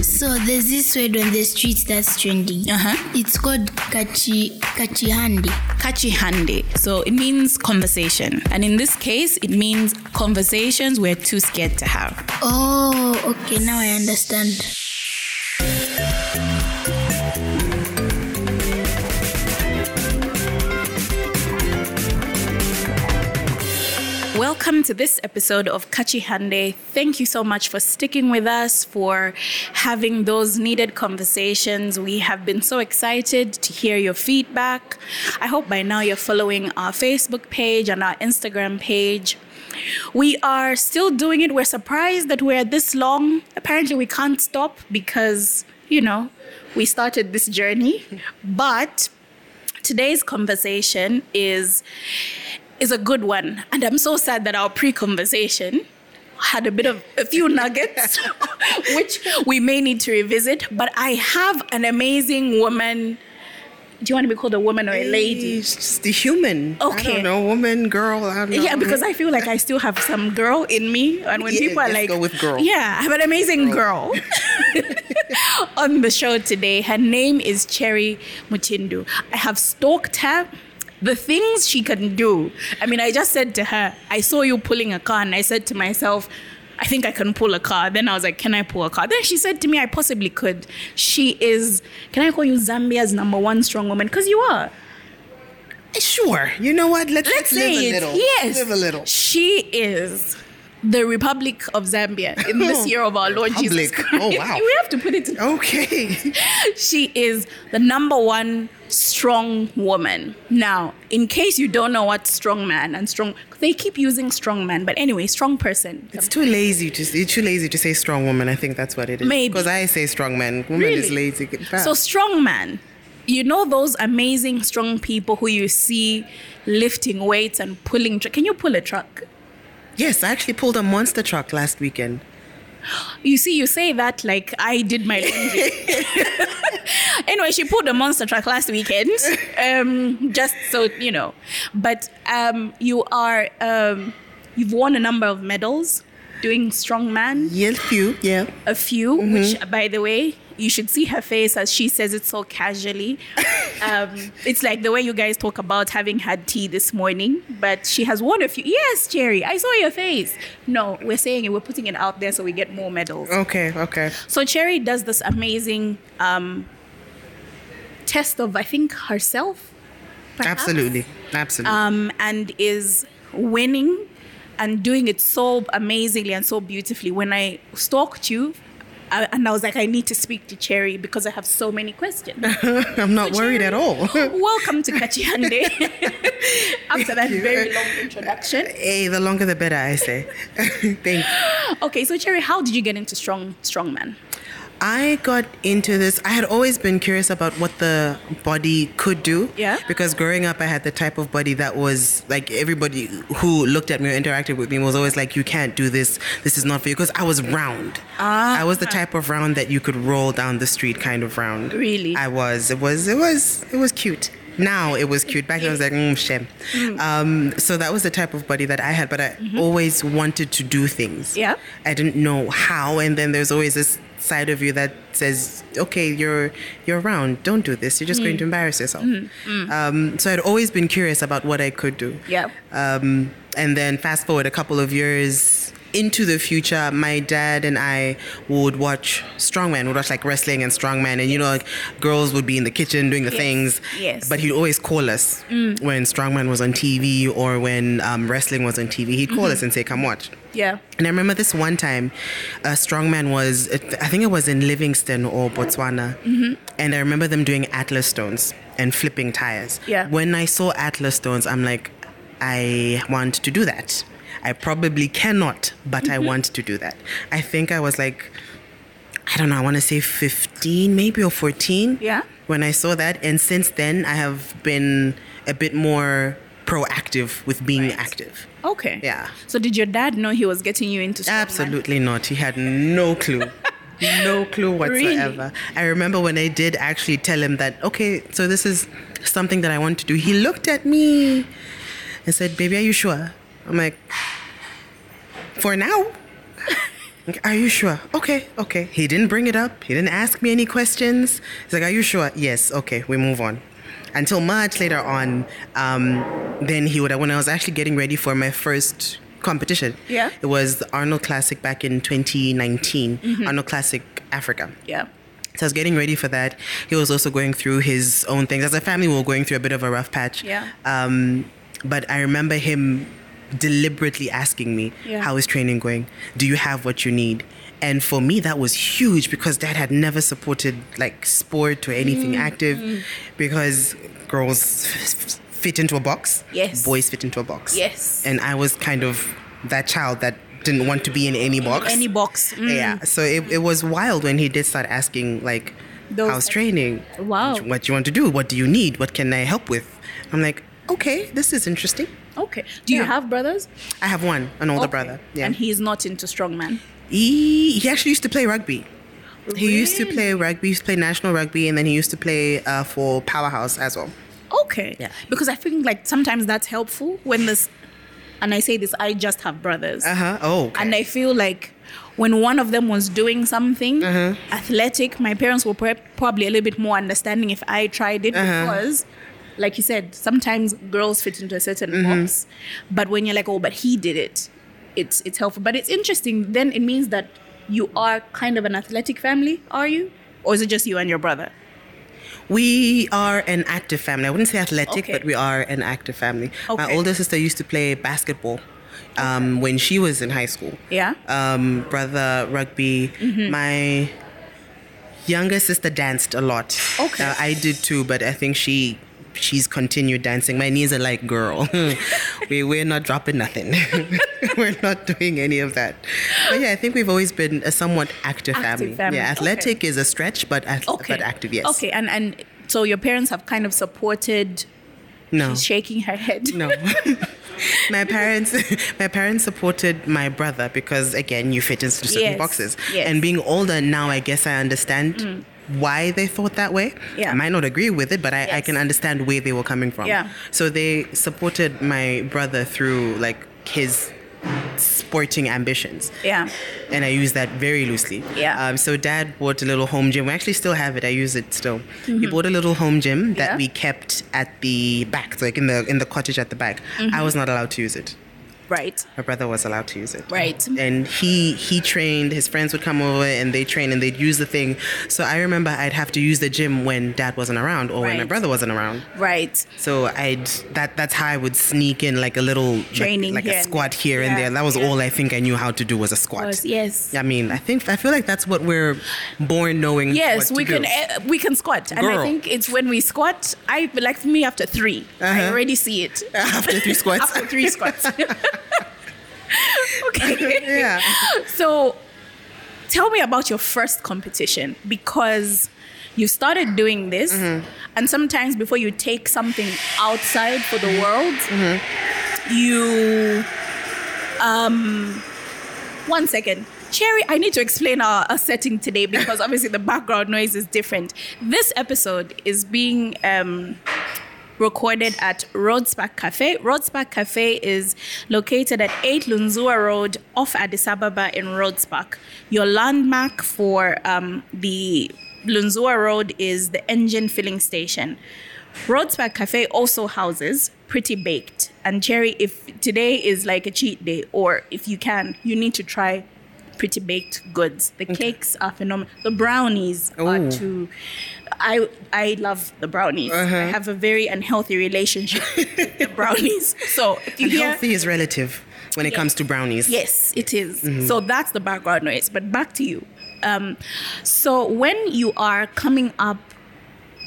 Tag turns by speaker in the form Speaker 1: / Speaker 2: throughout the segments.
Speaker 1: So there's this word on the street that's trendy.
Speaker 2: Uh-huh.
Speaker 1: It's called kachi kachihandi.
Speaker 2: Kachi hande. So it means conversation. And in this case, it means conversations we're too scared to have.
Speaker 1: Oh, okay, now I understand.
Speaker 2: Welcome to this episode of Kachi Hande. Thank you so much for sticking with us, for having those needed conversations. We have been so excited to hear your feedback. I hope by now you're following our Facebook page and our Instagram page. We are still doing it. We're surprised that we're this long. Apparently, we can't stop because, you know, we started this journey. But today's conversation is is a good one and i'm so sad that our pre-conversation had a bit of a few nuggets which we may need to revisit but i have an amazing woman do you want to be called a woman or a lady
Speaker 3: She's just a human.
Speaker 2: Okay.
Speaker 3: I don't know, woman, girl. I don't know.
Speaker 2: yeah because i feel like i still have some girl in me and when
Speaker 3: Yeah,
Speaker 2: people are
Speaker 3: let's
Speaker 2: like
Speaker 3: go with girl.
Speaker 2: yeah i have an amazing girl, on the show today her name is cherry mutindu i have stalked her the things she can do i mean i just said to her i saw you pulling a car and i said to myself I think I can pull a car. Then I was like, Can I pull a car? Then she said to me, I possibly could. She is, can I call you Zambia's number one strong woman? Because you are.
Speaker 3: sure. You know what? Let's,
Speaker 2: Let's
Speaker 3: live
Speaker 2: say
Speaker 3: a
Speaker 2: it.
Speaker 3: little.
Speaker 2: Yes.
Speaker 3: Live a little.
Speaker 2: She is the Republic of Zambia in this year of our Lord Jesus
Speaker 3: Republic.
Speaker 2: Christ.
Speaker 3: Oh, wow.
Speaker 2: we have to put it. in-
Speaker 3: Okay.
Speaker 2: She is the number one strong woman. Now, in case you don't know what strong man and strong, they keep using strong man, but anyway, strong person.
Speaker 3: It's too lazy to you're too lazy to say strong woman. I think that's what it is.
Speaker 2: Maybe.
Speaker 3: because I say strong man. Woman is
Speaker 2: Really?
Speaker 3: lazy. But
Speaker 2: So strong man. You know those amazing strong people who you see lifting weights and pulling. Tr- Can you pull a truck?
Speaker 3: yes, I actually pulled a monster truck last weekend.
Speaker 2: You see, you say that like I did my laundry. anyway, she pulled a monster truck last weekend, um, just so you know. But um, you are um, you've won a number of medals doing strongman,
Speaker 3: Yeah, few. Yeah.
Speaker 2: a few. Which, uh, by the way, you should see her face as she says it so casually. Um, it's like the way you guys talk about having had tea this morning. But she has won a few. Yes, Jerry, I saw your face. No, we're saying it. We're putting it out there so we get more medals.
Speaker 3: Okay. Okay.
Speaker 2: So Cherry does this amazing um, test of, I think, herself. perhaps,
Speaker 3: Absolutely. Absolutely.
Speaker 2: Um, and is winning and doing it so amazingly and so beautifully. When I stalked you, I, and I was like, I need to speak to Cherry because I have so many questions.
Speaker 3: I'm not worried at all.
Speaker 2: Welcome to Kachihande. After that very long introduction.
Speaker 3: hey, the longer the better. I say. Thank you.
Speaker 2: Okay, so Cherry, how did you get into strong strongman?
Speaker 3: I got into this. I had always been curious about what the body could do.
Speaker 2: Yeah.
Speaker 3: Because growing up, I had the type of body that was like everybody who looked at me or interacted with me was always like, "You can't do this. This is not for you." Because I was round. Ah. I was the type of round that you could roll down the street, kind of round.
Speaker 2: Really?
Speaker 3: I was. It was. It was. It was cute. Now it was cute. Back then I was like, mm, shame.
Speaker 2: Mm-hmm.
Speaker 3: Um, so that was the type of body that I had, but I always wanted to do things.
Speaker 2: Yeah.
Speaker 3: I didn't know how. And then there's always this side of you that says, okay, you're you're around. Don't do this. You're just going to
Speaker 2: Mm.
Speaker 3: embarrass yourself. Um, so I'd always been curious about what I could do.
Speaker 2: Yeah.
Speaker 3: Um, and then fast forward a couple of years into the future, my dad and I would watch strongman. Would watch like wrestling and strongman, and you know, like girls would be in the kitchen doing the things.
Speaker 2: Yes. Mm.
Speaker 3: But he'd always call us when strongman was on TV or when um, wrestling was on TV. He'd call
Speaker 2: Mm-hmm.
Speaker 3: us and say, "Come watch."
Speaker 2: Yeah.
Speaker 3: And I remember this one time, a strongman was, I think it was in Livingston or Botswana.
Speaker 2: Mm-hmm.
Speaker 3: And I remember them doing Atlas stones and flipping tires.
Speaker 2: Yeah.
Speaker 3: When I saw Atlas stones, I'm like, I want to do that. I probably cannot, but I
Speaker 2: Mm-hmm.
Speaker 3: want to do that. I think I was like, I don't know, I want to say 15 maybe or 14.
Speaker 2: Yeah.
Speaker 3: When I saw that. And since then, I have been a bit more proactive with being active.
Speaker 2: Okay.
Speaker 3: Yeah.
Speaker 2: So did your dad know he was getting you into strongman?
Speaker 3: Absolutely not. He had no clue. No clue whatsoever. I remember when I did actually tell him that, okay, so this is something that I want to do. He looked at me and said, Baby, are you sure? I'm like, For now. Like, Are you sure? Okay, okay. He didn't bring it up. He didn't ask me any questions. He's like, Are you sure? Yes, okay, we move on. Until much later on, um, then he would, when I was actually getting ready for my first competition,
Speaker 2: Yeah.
Speaker 3: it was the Arnold Classic back in 2019, Arnold Classic Africa.
Speaker 2: Yeah.
Speaker 3: So I was getting ready for that. He was also going through his own things. As a family, we were going through a bit of a rough patch.
Speaker 2: Yeah.
Speaker 3: Um, but I remember him deliberately asking me,
Speaker 2: Yeah.
Speaker 3: "How is training going? Do you have what you need?" And for me, that was huge because Dad had never supported like sport or anything
Speaker 2: Mm,
Speaker 3: active, because girls fit into a box.
Speaker 2: Yes.
Speaker 3: Boys fit into a box.
Speaker 2: Yes.
Speaker 3: And I was kind of that child that didn't want to be in any box.
Speaker 2: Any box. Mm.
Speaker 3: Yeah. So it, it was wild when he did start asking like,
Speaker 2: Those-
Speaker 3: how's training?
Speaker 2: Wow.
Speaker 3: What, do you want to do? What do you need? What can I help with? I'm like, okay, this is interesting.
Speaker 2: Okay. Do you
Speaker 3: Eh. Yeah.
Speaker 2: have brothers?
Speaker 3: I have one, an older
Speaker 2: Okay.
Speaker 3: brother. Yeah.
Speaker 2: And he's not into strongman.
Speaker 3: he he actually used to play rugby. He used to
Speaker 2: Really?
Speaker 3: play rugby. He used to play national rugby, and then he used to play uh, for Powerhouse as well.
Speaker 2: Okay.
Speaker 3: Yeah.
Speaker 2: Because I think like sometimes that's helpful when this, and I say this, I just have brothers.
Speaker 3: Uh huh. Oh. okay.
Speaker 2: And I feel like when one of them was doing something
Speaker 3: Uh-huh.
Speaker 2: athletic, my parents were prob- probably a little bit more understanding if I tried it
Speaker 3: Uh-huh.
Speaker 2: because, like you said, sometimes girls fit into a certain
Speaker 3: Mm-hmm.
Speaker 2: box. But when you're like, oh, but he did it, it's it's helpful. But it's interesting. Then it means that you are kind of an athletic family, are you? Or is it just you and your brother?
Speaker 3: We are an active family. I wouldn't say athletic,
Speaker 2: Okay.
Speaker 3: but we are an active family. My
Speaker 2: Okay.
Speaker 3: older sister used to play basketball um, when she was in high school.
Speaker 2: Yeah.
Speaker 3: Um, brother, rugby.
Speaker 2: Mm-hmm.
Speaker 3: My younger sister danced a lot.
Speaker 2: Okay.
Speaker 3: Uh, I did too, but I think she she's continued dancing. My knees are like, girl, we we're not dropping nothing. we're not doing any of that. But yeah, I think we've always been a somewhat active,
Speaker 2: Active
Speaker 3: family.
Speaker 2: family.
Speaker 3: Yeah, athletic is a stretch, but ath-
Speaker 2: Okay.
Speaker 3: but active, yes.
Speaker 2: Okay. And and so your parents have kind of supported.
Speaker 3: No.
Speaker 2: She's shaking her head.
Speaker 3: No. my parents my parents supported my brother because again you fit into certain
Speaker 2: Yes,
Speaker 3: boxes.
Speaker 2: yes. Mm.
Speaker 3: And being older now I guess I understand why they thought that way.
Speaker 2: Yeah.
Speaker 3: I might not agree with it, but I, I
Speaker 2: Yes.
Speaker 3: can understand where they were coming from.
Speaker 2: Yeah.
Speaker 3: So they supported my brother through like his sporting ambitions
Speaker 2: Yeah.
Speaker 3: and I use that very loosely.
Speaker 2: Yeah.
Speaker 3: Um, so dad bought a little home gym. We actually still have it. I use it still. He bought a little home gym that
Speaker 2: Mm-hmm. Yeah.
Speaker 3: we kept at the back, like in the in the cottage at the back.
Speaker 2: Mm-hmm.
Speaker 3: I was not allowed to use it.
Speaker 2: Right.
Speaker 3: My brother was allowed to use it.
Speaker 2: Right.
Speaker 3: And he he trained. His friends would come over and they train and they'd use the thing. So I remember I'd have to use the gym when dad wasn't around or when my
Speaker 2: Right.
Speaker 3: brother wasn't around.
Speaker 2: Right.
Speaker 3: So I'd that that's how I would sneak in like a little like-
Speaker 2: Training
Speaker 3: like,
Speaker 2: here
Speaker 3: a
Speaker 2: and
Speaker 3: squat
Speaker 2: there.
Speaker 3: here and
Speaker 2: Yeah,
Speaker 3: there. That was
Speaker 2: yeah.
Speaker 3: all I think I knew how to do was a squat.
Speaker 2: Was- yes.
Speaker 3: I mean, I think I feel like that's what we're born knowing.
Speaker 2: Yes,
Speaker 3: what
Speaker 2: we
Speaker 3: to
Speaker 2: can
Speaker 3: do.
Speaker 2: uh, we can squat, and I
Speaker 3: Girl.
Speaker 2: think it's when we squat. I like for me after 3 I
Speaker 3: Uh-huh.
Speaker 2: already see it
Speaker 3: After three squats.
Speaker 2: after three squats. okay,
Speaker 3: yeah.
Speaker 2: so tell me about your first competition because you started doing this, and sometimes before you take something outside for the world, you um one second. Cherry, I need to explain our, our setting today because obviously the background noise is different. This episode is being um, recorded at Roadspark Cafe. Roadspark Cafe is located at 8 Lunzua Road off Addis Ababa in Roadspark. Your landmark for um, the Lunzua Road is the engine filling station. Roadspark Cafe also houses Pretty Baked. And Cherry, if today is like a cheat day, or if you can, you need to try pretty baked goods. The cakes are phenomenal. The brownies are
Speaker 3: Ooh.
Speaker 2: too. I I love the brownies. I
Speaker 3: Uh-huh.
Speaker 2: have a very unhealthy relationship with the brownies. So if you
Speaker 3: And
Speaker 2: hear,
Speaker 3: healthy is relative when it comes to brownies.
Speaker 2: yes, it is.
Speaker 3: Mm-hmm.
Speaker 2: So that's the background noise. But back to you. Um, so when you are coming up.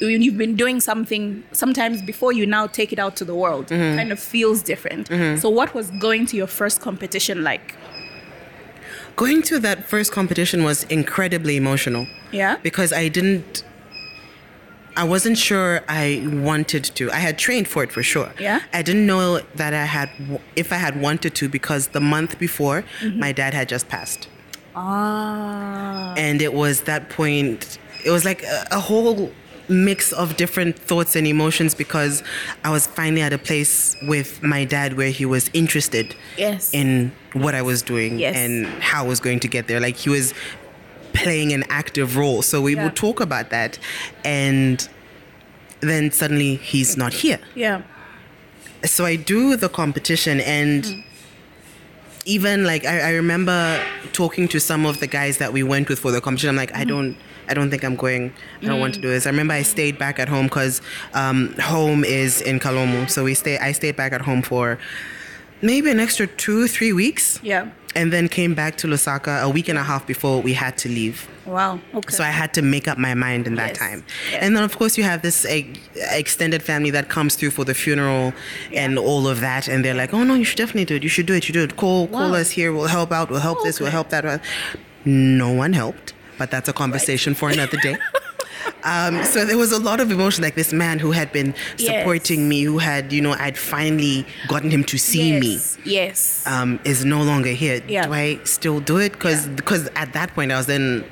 Speaker 2: When you've been doing something, sometimes before you now take it out to the world,
Speaker 3: Mm-hmm.
Speaker 2: it kind of feels different. So, what was going to your first competition like?
Speaker 3: Going to that first competition was incredibly emotional.
Speaker 2: Yeah?
Speaker 3: Because I didn't. I wasn't sure I wanted to. I had trained for it for sure.
Speaker 2: Yeah.
Speaker 3: I didn't know that I had w- if I had wanted to because the month before
Speaker 2: Mm-hmm.
Speaker 3: my dad had just passed.
Speaker 2: Ah. Uh-huh.
Speaker 3: and it was that point it was like a, a whole mix of different thoughts and emotions because I was finally at a place with my dad where he was interested
Speaker 2: Yes.
Speaker 3: in what I was doing
Speaker 2: Yes.
Speaker 3: and how I was going to get there. Like he was playing an active role. So we
Speaker 2: Yeah.
Speaker 3: would talk about that. And then suddenly he's not here
Speaker 2: Yeah.
Speaker 3: so I do the competition and even like I, I remember talking to some of the guys that we went with for the competition. I'm like, I don't I don't think I'm going. I don't want to do this. I remember I stayed back at home because um, home is in Kalomu. So we stay I stayed back at home for maybe an extra two, three weeks.
Speaker 2: Yeah.
Speaker 3: And then came back to Lusaka a week and a half before we had to leave.
Speaker 2: Wow. Okay.
Speaker 3: So I had to make up my mind in that
Speaker 2: Yes.
Speaker 3: time.
Speaker 2: Yes.
Speaker 3: And then, of course, you have this eh, extended family that comes through for the funeral and all of that. And they're like, oh, no, you should definitely do it. You should do it. You do it. Call, call
Speaker 2: Wow.
Speaker 3: us here. We'll help out. We'll help
Speaker 2: Oh,
Speaker 3: this. We'll
Speaker 2: okay.
Speaker 3: help that. No one helped. But that's a conversation for another day. Um, so there was a lot of emotion, like this man who had been
Speaker 2: Yes.
Speaker 3: supporting me, who had, you know, I'd finally gotten him to see me
Speaker 2: yes. Yes.
Speaker 3: um, is no longer here.
Speaker 2: Yeah.
Speaker 3: Do I still do it? Because at that point I was then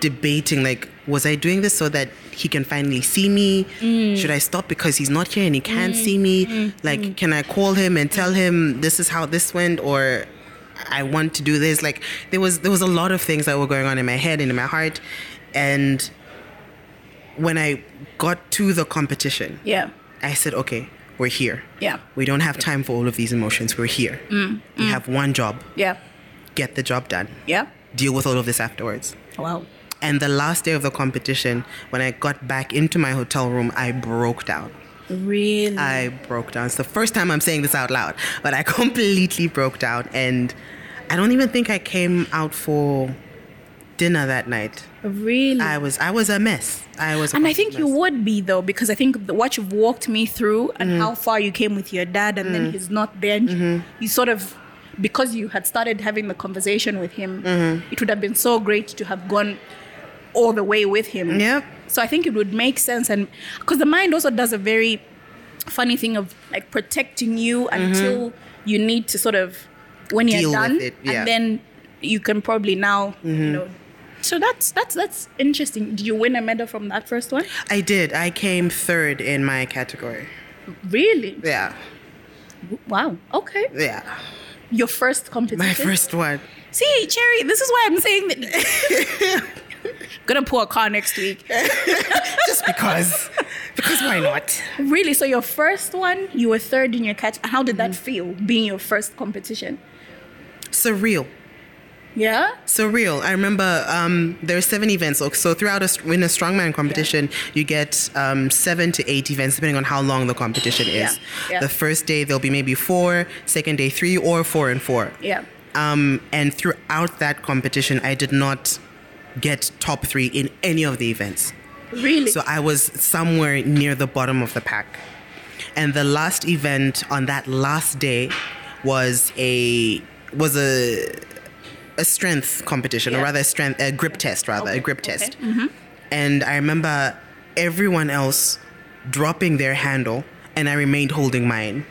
Speaker 3: debating like, was I doing this so that he can finally see me? Should I stop because he's not here and he can't see me? Like, can I call him and tell him this is how this went or? I want to do this. Like there was there was a lot of things that were going on in my head and in my heart, and when I got to the competition,
Speaker 2: yeah.
Speaker 3: I said, okay, we're here.
Speaker 2: Yeah. Mm,
Speaker 3: We don't have time for all of these emotions. We're here. We have one job.
Speaker 2: Yeah.
Speaker 3: Get the job done.
Speaker 2: Yeah.
Speaker 3: Deal with all of this afterwards.
Speaker 2: Wow.
Speaker 3: And the last day of the competition, when I got back into my hotel room, I broke down.
Speaker 2: Really.
Speaker 3: I broke down. It's the first time I'm saying this out loud, but I completely broke down. And I don't even think I came out for dinner that night.
Speaker 2: really.
Speaker 3: I was I was a mess. I was a
Speaker 2: and I
Speaker 3: complete
Speaker 2: think you
Speaker 3: mess.
Speaker 2: would be though, because I think the, what you've walked me through and
Speaker 3: Mm-hmm.
Speaker 2: how far you came with your dad, and then he's not there. And
Speaker 3: Mm-hmm.
Speaker 2: You sort of, because you had started having the conversation with him,
Speaker 3: Mm-hmm.
Speaker 2: it would have been so great to have gone all the way with him.
Speaker 3: Yep.
Speaker 2: So I think it would make sense, and because the mind also does a very funny thing of like protecting you until you need to sort of when
Speaker 3: Mm-hmm. Deal
Speaker 2: you're
Speaker 3: with
Speaker 2: done,
Speaker 3: it, yeah. Mm-hmm.
Speaker 2: and then you can probably now you know. So that's that's that's interesting. Did you win a medal from that first one?
Speaker 3: I did. I came third in my category.
Speaker 2: Really?
Speaker 3: Yeah.
Speaker 2: Wow. Okay.
Speaker 3: Yeah.
Speaker 2: Your first competition.
Speaker 3: My first one.
Speaker 2: See, Cherry, this is why I'm saying that. Gonna pour a car next week.
Speaker 3: Just because. because why not?
Speaker 2: Really? So your first one, you were third in your catch. How did
Speaker 3: Mm-hmm.
Speaker 2: that feel, being your first competition?
Speaker 3: Surreal.
Speaker 2: Yeah.
Speaker 3: Surreal. I remember um, there are seven events. So- So throughout a, st- in a strongman competition, you get um, seven to eight events, depending on how long the competition is.
Speaker 2: Yeah, yeah.
Speaker 3: The first day, there'll be maybe four, second day, three, or four and four.
Speaker 2: Yeah.
Speaker 3: Um, and throughout that competition, I did not get top three in any of the events.
Speaker 2: Really?
Speaker 3: So I was somewhere near the bottom of the pack. And the last event on that last day was a was a a strength competition, or
Speaker 2: Yeah.
Speaker 3: rather a strength a grip test, rather
Speaker 2: Okay,
Speaker 3: a grip
Speaker 2: okay. Mm-hmm.
Speaker 3: test. And I remember everyone else dropping their handle, and I remained holding mine.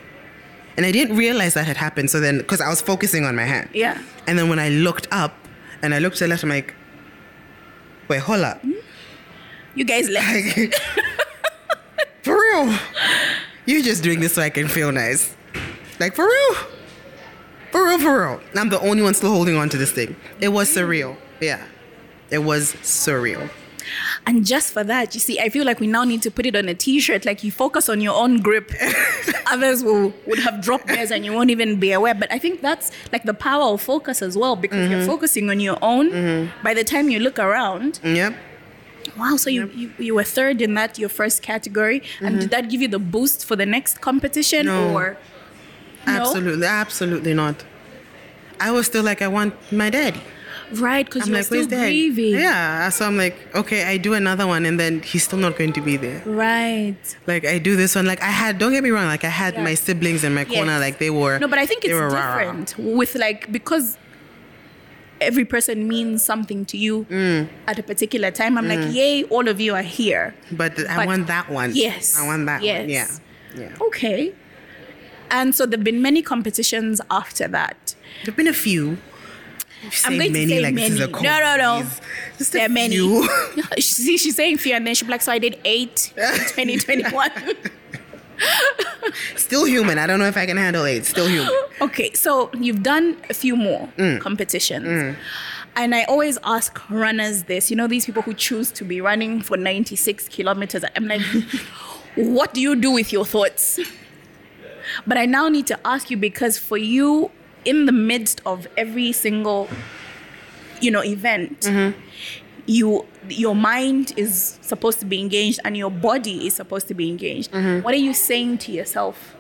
Speaker 3: And I didn't realize that had happened. So then, because I was focusing on my hand.
Speaker 2: Yeah.
Speaker 3: And then when I looked up, and I looked to the left, I'm like, wait, hold up.
Speaker 2: you guys left.
Speaker 3: Like, for real. You're just doing this so I can feel nice. Like, for real. For real, for real. I'm the only one still holding on to this thing. It was surreal. Yeah. It was surreal.
Speaker 2: And just for that, you see, I feel like we now need to put it on a t-shirt. Like you focus on your own grip. Others will would have dropped theirs and you won't even be aware. But I think that's like the power of focus as well, because
Speaker 3: Mm-hmm.
Speaker 2: you're focusing on your own. By the time you look around,
Speaker 3: Yep.
Speaker 2: wow, so you, you, you were third in that your first category. And did that give you the boost for the next competition
Speaker 3: Mm-hmm. No.
Speaker 2: or No?
Speaker 3: Absolutely. Absolutely not. I was still like, I want my daddy.
Speaker 2: right? Because
Speaker 3: I'm
Speaker 2: you're
Speaker 3: like,
Speaker 2: still
Speaker 3: where's daddy?
Speaker 2: grieving.
Speaker 3: Yeah. So I'm like, okay, I do another one, and then he's still not going to be there.
Speaker 2: Right.
Speaker 3: Like I do this one. Like I had. Don't get me wrong. Like I had
Speaker 2: Yeah.
Speaker 3: my siblings in my corner.
Speaker 2: Yes.
Speaker 3: Like they were.
Speaker 2: No, but I think
Speaker 3: they
Speaker 2: it's
Speaker 3: were rah-rah.
Speaker 2: different with like because every person means something to you
Speaker 3: Mm.
Speaker 2: at a particular time. I'm like, yay, all of you are here.
Speaker 3: But th- I
Speaker 2: But-
Speaker 3: want that one.
Speaker 2: Yes.
Speaker 3: I want that one. Yeah.
Speaker 2: Yes.
Speaker 3: Yeah.
Speaker 2: Okay. And so there've been many competitions after that.
Speaker 3: There've been a few. say many like this is a cult,
Speaker 2: no, no, no.
Speaker 3: please. Just
Speaker 2: there
Speaker 3: a
Speaker 2: are many.
Speaker 3: few.
Speaker 2: See, she's saying few, and then she's like, so I did eight in 2021.
Speaker 3: Still human. I don't know if I can handle it. Still human.
Speaker 2: okay, so you've done a few more competitions. And I always ask runners this, you know, these people who choose to be running for 96 kilometers. I'm like, what do you do with your thoughts? But I now need to ask you because for you, in the midst of every single, you know, event, you your mind is supposed to be engaged and your body is supposed to be engaged. What are you saying to yourself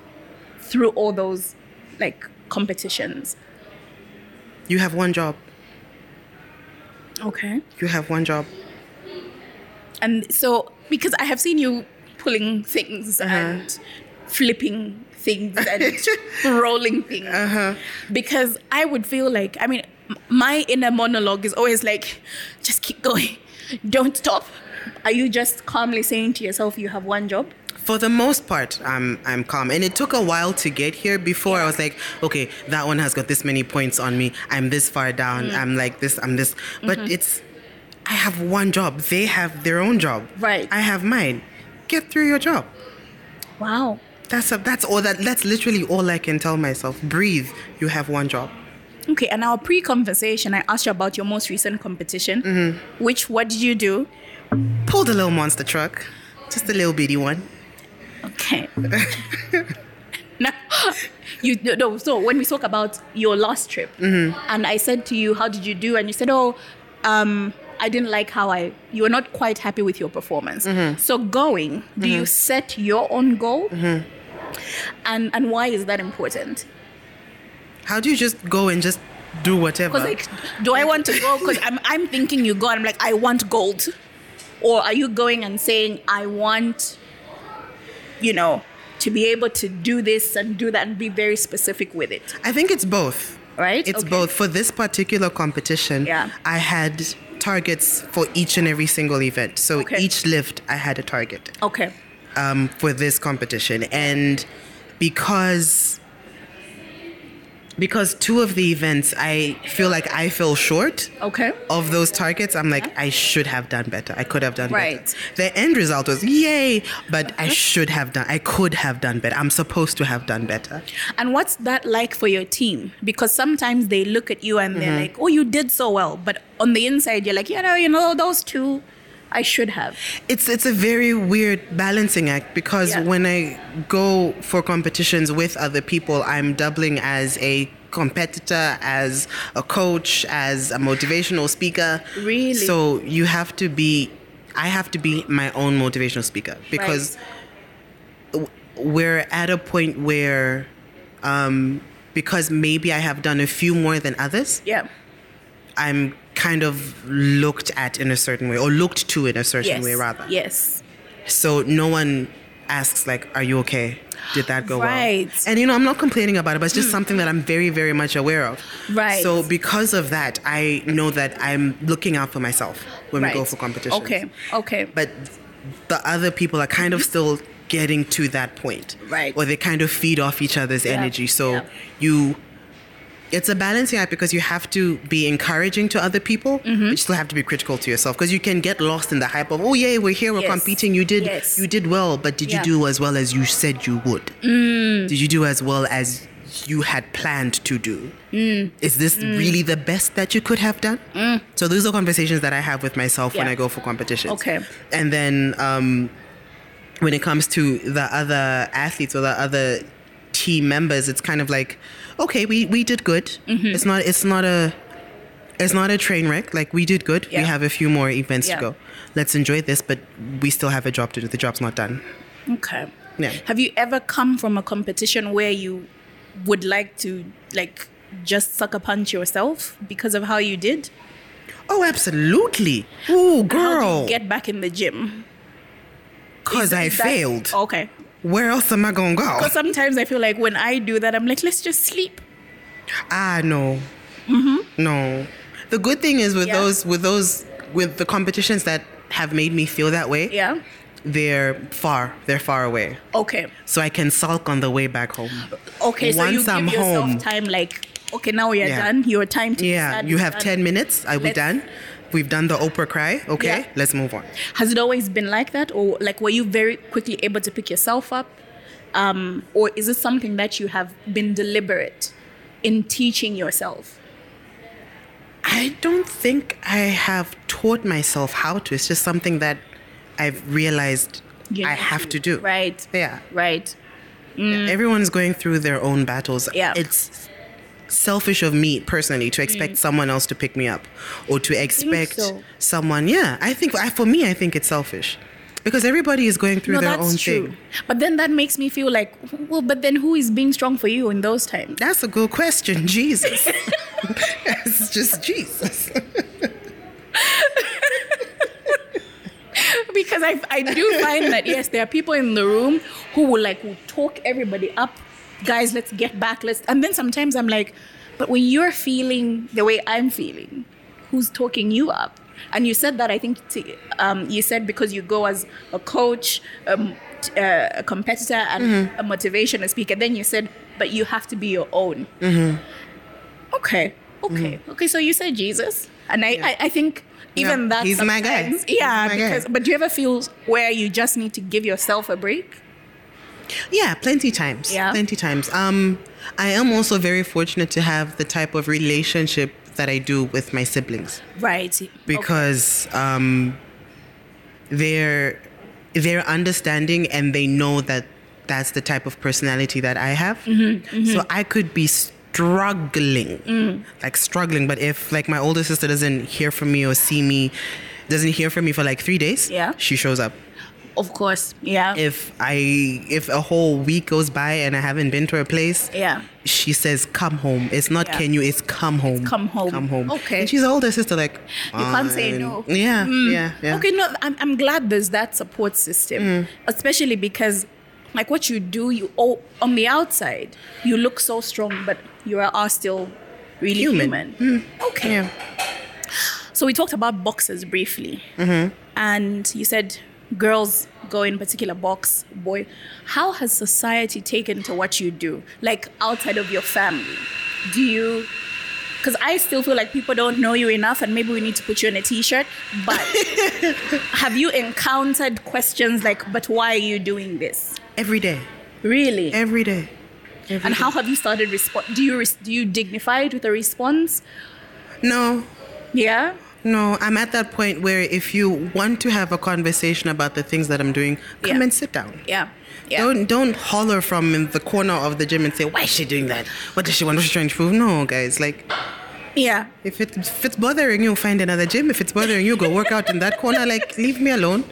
Speaker 2: through all those like competitions?
Speaker 3: You have one job.
Speaker 2: Okay.
Speaker 3: You have one job.
Speaker 2: And so because I have seen you pulling things and flipping things and rolling things. Because I would feel like I mean m- my inner monologue is always like just keep going. Don't stop. Are you just calmly saying to yourself you have one job?
Speaker 3: For the most part, I'm I'm calm, and it took a while to get here. Before I was like, okay, that one has got this many points on me. I'm this far down.
Speaker 2: Mm-hmm.
Speaker 3: I'm like this. I'm this. But it's, I have one job. They have their own job.
Speaker 2: Right.
Speaker 3: I have mine. Get through your job.
Speaker 2: Wow.
Speaker 3: That's a, that's all that that's literally all I can tell myself. Breathe. You have one job.
Speaker 2: Okay, and our pre-conversation, I asked you about your most recent competition. Which, what did you do?
Speaker 3: Pulled a little monster truck, just a little bitty one.
Speaker 2: Okay. now, you no. So when we talk about your last trip, and I said to you, "How did you do?" and you said, "Oh, um, I didn't like how I. You were not quite happy with your performance." So going, do you set your own goal? And and why is that important?
Speaker 3: How do you just go and just do whatever?
Speaker 2: Because like, do I want to go? Because I'm I'm thinking you go, and I'm like, I want gold, or are you going and saying I want, you know, to be able to do this and do that and be very specific with it,
Speaker 3: I think it's both.
Speaker 2: right?
Speaker 3: It's
Speaker 2: Okay.
Speaker 3: both. For this particular competition,
Speaker 2: Yeah.
Speaker 3: I had targets for each and every single event. So
Speaker 2: Okay.
Speaker 3: each lift, I had a target
Speaker 2: Okay.
Speaker 3: um, for this competition, and because because two of the events, I feel like I fell short.
Speaker 2: Okay.
Speaker 3: Of those targets, I'm like, I should have done better. I could have done
Speaker 2: Uh-huh. Right. Uh-huh.
Speaker 3: better. The end result was yay, but I should have done. I could have done better. I'm supposed to have done better.
Speaker 2: And what's that like for your team? Because sometimes they look at you and they're
Speaker 3: Mm-hmm.
Speaker 2: like, "Oh, you did so well," but on the inside, you're like, "You know, you know, those two, I should have."
Speaker 3: it's it's a very weird balancing act because
Speaker 2: Yeah.
Speaker 3: when I go for competitions with other people, I'm doubling as a competitor, as a coach, as a motivational speaker.
Speaker 2: Really?
Speaker 3: So you have to be I have to be my own motivational speaker because w- we're at a point where um because maybe I have done a few more than others.
Speaker 2: Yeah.
Speaker 3: I'm kind of looked at in a certain way or looked to in a certain
Speaker 2: Yes.
Speaker 3: way rather.
Speaker 2: Yes.
Speaker 3: So no one asks like, "Are you okay? Did that go
Speaker 2: Right. Hmm.
Speaker 3: well?" And you know, I'm not complaining about it, but it's just something that I'm very, very much aware of.
Speaker 2: Right.
Speaker 3: So because of that, I know that I'm looking out for myself when we go
Speaker 2: Right.
Speaker 3: for competitions.
Speaker 2: Okay. Okay.
Speaker 3: But the other people are kind of still getting to that point.
Speaker 2: Mm-hmm. Right.
Speaker 3: Or they kind of feed off each other's energy. So
Speaker 2: Yeah.
Speaker 3: you it's a balancing act because you have to be encouraging to other people,
Speaker 2: Mm-hmm.
Speaker 3: but you still have to be critical to yourself because you can get lost in the hype of, oh yeah, we're here, we're
Speaker 2: Yes.
Speaker 3: competing. You did,
Speaker 2: Yes.
Speaker 3: you did well, but did
Speaker 2: Yeah. Mm.
Speaker 3: you do as well as you said you would? Did you do as well as you had planned to do?
Speaker 2: Mm.
Speaker 3: Is this really the best that you could have done? So those are conversations that I have with myself when
Speaker 2: Yeah.
Speaker 3: I go for competitions.
Speaker 2: Okay.
Speaker 3: and then um, when it comes to the other athletes or the other team members, it's kind of like, okay, we, we did good.
Speaker 2: Mm-hmm.
Speaker 3: It's not it's not a it's not a train wreck. Like we did good.
Speaker 2: Yeah.
Speaker 3: We have a few more events
Speaker 2: Yeah.
Speaker 3: to go. Let's enjoy this, but we still have a job to do. The job's not done.
Speaker 2: Okay.
Speaker 3: Yeah.
Speaker 2: Have you ever come from a competition where you would like to like just sucker punch yourself because of how you did?
Speaker 3: Oh, absolutely. Ooh,
Speaker 2: How do
Speaker 3: girl.
Speaker 2: you get back in the gym?
Speaker 3: Because I
Speaker 2: Is that-
Speaker 3: failed.
Speaker 2: Okay.
Speaker 3: Where else am I gonna go?
Speaker 2: Because sometimes I feel like when I do that, I'm like, let's just sleep.
Speaker 3: Ah, no. No. The good thing is
Speaker 2: Mm-hmm.
Speaker 3: with
Speaker 2: Yeah.
Speaker 3: those with those with the competitions that have made me feel that way.
Speaker 2: Yeah.
Speaker 3: They're far. They're far away.
Speaker 2: Okay.
Speaker 3: So I can sulk on the way back home.
Speaker 2: Okay. so you
Speaker 3: Once
Speaker 2: give
Speaker 3: I'm
Speaker 2: yourself
Speaker 3: home.
Speaker 2: time, like okay, now we are
Speaker 3: Yeah.
Speaker 2: done. Your time to
Speaker 3: Yeah,
Speaker 2: decide
Speaker 3: you
Speaker 2: is
Speaker 3: have
Speaker 2: done.
Speaker 3: 10 minutes. Are we
Speaker 2: Let's-
Speaker 3: done? We've done the Oprah cry. Okay,
Speaker 2: Yeah.
Speaker 3: let's move on.
Speaker 2: Has it always been like that, or like were you very quickly able to pick yourself up, um, or is it something that you have been deliberate in teaching yourself?
Speaker 3: I don't think I have taught myself how to. It's just something that I've realized
Speaker 2: You
Speaker 3: I
Speaker 2: need
Speaker 3: have to do.
Speaker 2: Right.
Speaker 3: Yeah.
Speaker 2: Right.
Speaker 3: Everyone's going through their own battles.
Speaker 2: Mm. Yeah.
Speaker 3: It's selfish of me personally to expect someone else to pick me up or to expect
Speaker 2: Mm. so?
Speaker 3: someone. Yeah. I think I, for me, I think it's selfish because everybody is going through
Speaker 2: No,
Speaker 3: their
Speaker 2: that's
Speaker 3: own
Speaker 2: true.
Speaker 3: thing.
Speaker 2: But then that makes me feel like, well, but then who is being strong for you in those times?
Speaker 3: That's a good question. Jesus. it's just Jesus.
Speaker 2: because I, I do find that yes, there are people in the room who will like will talk everybody up, guys. Let's get back. Let's. And then sometimes I'm like, but when you're feeling the way I'm feeling, who's talking you up? And you said that I think t- um, you said because you go as a coach, um, t- uh, a competitor, and a motivational speaker. Then you said, but you have to be your own. Okay. Okay. Okay. So you said Jesus, and I, I, I think even
Speaker 3: Mm-hmm. Yeah.
Speaker 2: that
Speaker 3: He's my guy.
Speaker 2: sometimes-
Speaker 3: He's
Speaker 2: Yeah.
Speaker 3: my guy.
Speaker 2: because, but do you ever feel where you just need to give yourself a break?
Speaker 3: Yeah, plenty times.
Speaker 2: Yeah.
Speaker 3: Plenty times. Um, I am also very fortunate to have the type of relationship that I do with my siblings
Speaker 2: Right.
Speaker 3: because um, they're they're understanding and they know that that's the type of personality that I have. So I could be struggling, like struggling. But if like my older sister doesn't hear from me or see me, doesn't hear from me for like three days,
Speaker 2: Yeah.
Speaker 3: she shows up
Speaker 2: Of course. Yeah.
Speaker 3: if I if a whole week goes by and I haven't been to a place,
Speaker 2: Yeah.
Speaker 3: she says come home. It's not
Speaker 2: Yeah.
Speaker 3: can you, it's come home.
Speaker 2: come home.
Speaker 3: Come home.
Speaker 2: Okay.
Speaker 3: And she's an older sister, like
Speaker 2: can't say
Speaker 3: "Fine."
Speaker 2: no. Mm.
Speaker 3: Yeah, yeah, yeah. Mm.
Speaker 2: Okay, no, I'm, I'm glad there's that support system, especially because, like, what you do, you all, on the outside, you look so strong, but you are, are still really human.
Speaker 3: Human. Mm.
Speaker 2: Okay.
Speaker 3: Yeah.
Speaker 2: So we talked about boxes briefly,
Speaker 3: Mm-hmm.
Speaker 2: and you said girls go in particular box, boy. How has society taken to what you do, like outside of your family? Do you? Because I still feel like people don't know you enough, and maybe we need to put you in a T-shirt. But have you encountered questions like, "But why are you doing this?"
Speaker 3: Every day.
Speaker 2: Really?
Speaker 3: Every day.
Speaker 2: and how have you started respond? Do you res- do you dignify it with a response?
Speaker 3: No.
Speaker 2: Yeah.
Speaker 3: No, I'm at that point where if you want to have a conversation about the things that I'm doing, come
Speaker 2: Yeah.
Speaker 3: and sit down.
Speaker 2: Yeah. Yeah.
Speaker 3: Don't don't holler from in the corner of the gym and say, Why is she doing that? What does she want? What's she trying to prove? No, guys, like
Speaker 2: yeah.
Speaker 3: If, it, if it's bothering you, find another gym. If it's bothering you, go work out in that corner. Like, leave me alone.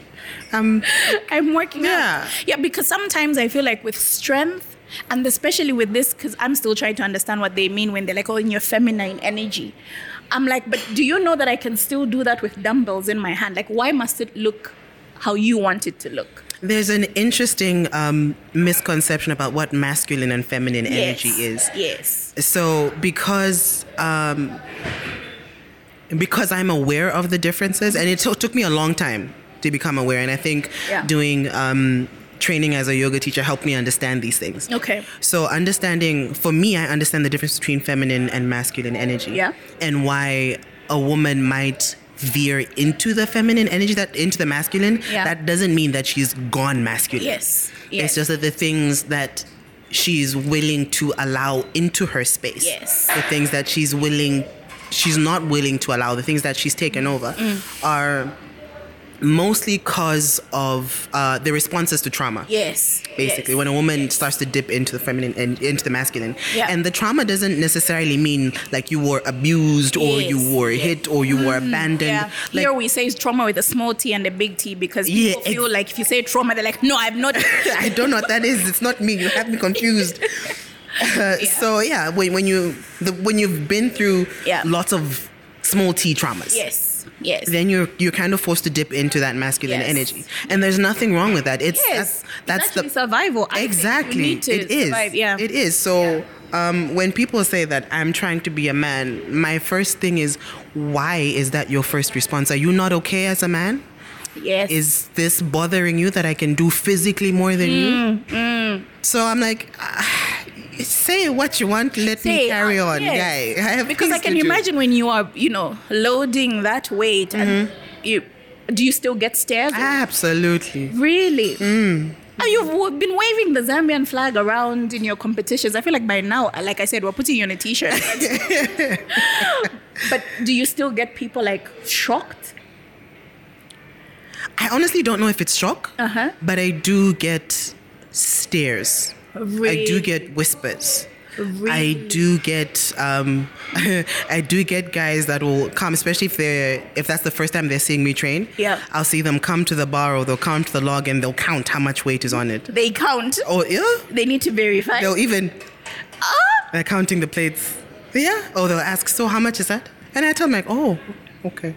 Speaker 3: Um,
Speaker 2: I'm working
Speaker 3: Yeah.
Speaker 2: out. Yeah, because sometimes I feel like with strength, and especially with this, because I'm still trying to understand what they mean when they're like, oh, in your feminine energy. I'm like, but do you know that I can still do that with dumbbells in my hand? Like, why must it look how you want it to look?
Speaker 3: there's an interesting um, misconception about what masculine and feminine energy is.
Speaker 2: Yes.
Speaker 3: So, because um, because I'm aware of the differences, and it to- took me a long time to become aware, and I think
Speaker 2: Yeah.
Speaker 3: doing um, training as a yoga teacher helped me understand these things.
Speaker 2: Okay.
Speaker 3: So understanding for me, I understand the difference between feminine and masculine energy.
Speaker 2: Yeah.
Speaker 3: And why a woman might veer into the feminine energy that into the masculine.
Speaker 2: Yeah.
Speaker 3: That doesn't mean that she's gone masculine.
Speaker 2: Yes.
Speaker 3: It's just that the things that she's willing to allow into her space.
Speaker 2: Yes.
Speaker 3: The things that she's willing she's not willing to allow, the things that she's taken over
Speaker 2: Mm.
Speaker 3: are mostly cause of uh, the responses to trauma
Speaker 2: yes.
Speaker 3: basically
Speaker 2: Yes.
Speaker 3: when a woman starts to dip into the feminine and into the masculine
Speaker 2: Yeah.
Speaker 3: and the trauma doesn't necessarily mean like you were abused or
Speaker 2: Yes,
Speaker 3: you were
Speaker 2: yes. Mm-hmm.
Speaker 3: hit or you were abandoned
Speaker 2: Yeah.
Speaker 3: like
Speaker 2: Here we say it's trauma with a small T and a big T because
Speaker 3: Yeah,
Speaker 2: people feel
Speaker 3: ex-
Speaker 2: like if you say trauma, they're like, no, I've not.
Speaker 3: i don't know what that is it's not me you have me confused Uh, so yeah when, when you the, when you've been through
Speaker 2: Yeah.
Speaker 3: lots of small t traumas
Speaker 2: yes. Yes.
Speaker 3: then you're you're kind of forced to dip into that masculine
Speaker 2: Yes.
Speaker 3: energy and there's nothing wrong with that it's
Speaker 2: Yes,
Speaker 3: that's,
Speaker 2: it's
Speaker 3: that's the
Speaker 2: actually survival. I think we
Speaker 3: Exactly.
Speaker 2: need to
Speaker 3: it is.
Speaker 2: survive, Yeah,
Speaker 3: It is. So um, when people say that I'm trying to be a man, my first thing is, why is that your first response? Are you not okay as a man?
Speaker 2: Yes,
Speaker 3: Is this
Speaker 2: Mm,
Speaker 3: bothering you that I can do physically more than you? So I'm like, ah, say what you want. Let
Speaker 2: Say,
Speaker 3: me carry
Speaker 2: uh,
Speaker 3: on.
Speaker 2: yes.
Speaker 3: Yeah, I have
Speaker 2: because I
Speaker 3: things
Speaker 2: can
Speaker 3: to do.
Speaker 2: imagine when you are, you know, loading that weight, and
Speaker 3: Mm-hmm.
Speaker 2: you do you still get stares?
Speaker 3: Ah. Absolutely.
Speaker 2: Really?
Speaker 3: Mm.
Speaker 2: And You've w- been waving the Zambian flag around in your competitions. I feel like by now, like I said, we're putting you on a t-shirt. but do you still get people like shocked?
Speaker 3: I honestly don't know if it's shock,
Speaker 2: Uh-huh.
Speaker 3: but I do get stares. I do
Speaker 2: Really?
Speaker 3: get whispers.
Speaker 2: Really?
Speaker 3: I do get um, I do get guys that will come, especially if they're if that's the first time they're seeing me train.
Speaker 2: Yeah.
Speaker 3: I'll see them come to the bar or they'll come to the log and they'll count how much weight is on it.
Speaker 2: They count.
Speaker 3: Oh yeah,
Speaker 2: They need to verify.
Speaker 3: they'll even
Speaker 2: Ah!
Speaker 3: they're counting the plates. Yeah. Oh, they'll ask. So how much is that? And I tell them like, oh, okay,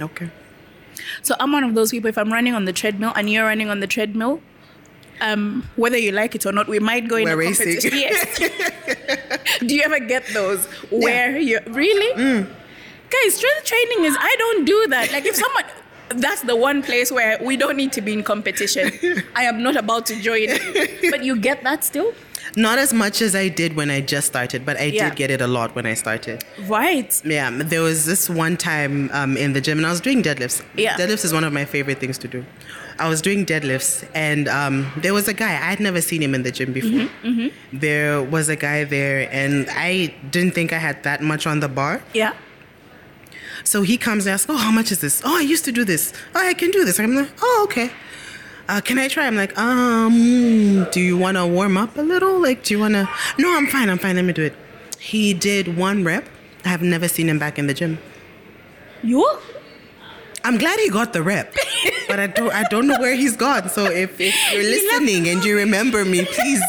Speaker 3: okay.
Speaker 2: So I'm one of those people. If I'm running on the treadmill and you're running on the treadmill, um, whether you like it or not, we might go in
Speaker 3: We're
Speaker 2: a
Speaker 3: racing.
Speaker 2: competition. Yes. do you ever get those where you really?
Speaker 3: Mm.
Speaker 2: Guys, strength training is I don't do that. Like if someone. That's the one place where we don't need to be in competition. I am not about to join. you. But you get that still?
Speaker 3: Not as much as I did when I just started, but I
Speaker 2: Yeah.
Speaker 3: did get it a lot when I started.
Speaker 2: Right.
Speaker 3: Yeah, there was this one time um, in the gym, and I was doing deadlifts.
Speaker 2: Yeah.
Speaker 3: deadlifts is one of my favorite things to do. I was doing deadlifts, and um, there was a guy I had never seen him in the gym before.
Speaker 2: Mm-hmm,
Speaker 3: There was a guy there, and I didn't think I had that much on the bar.
Speaker 2: Yeah.
Speaker 3: So he comes and asks, "Oh, how much is this? Oh, I used to do this. Oh, I can do this." I'm like, "Oh, okay. Uh, can I try?" I'm like, "Um, do you want to warm up a little? Like, do you want to?" No, I'm fine. I'm fine. Let me do it. He did one rep. I have never seen him back in the gym.
Speaker 2: You?
Speaker 3: I'm glad he got the rep, but I don't. I don't know where he's gone. So if, if you're listening and you remember me, please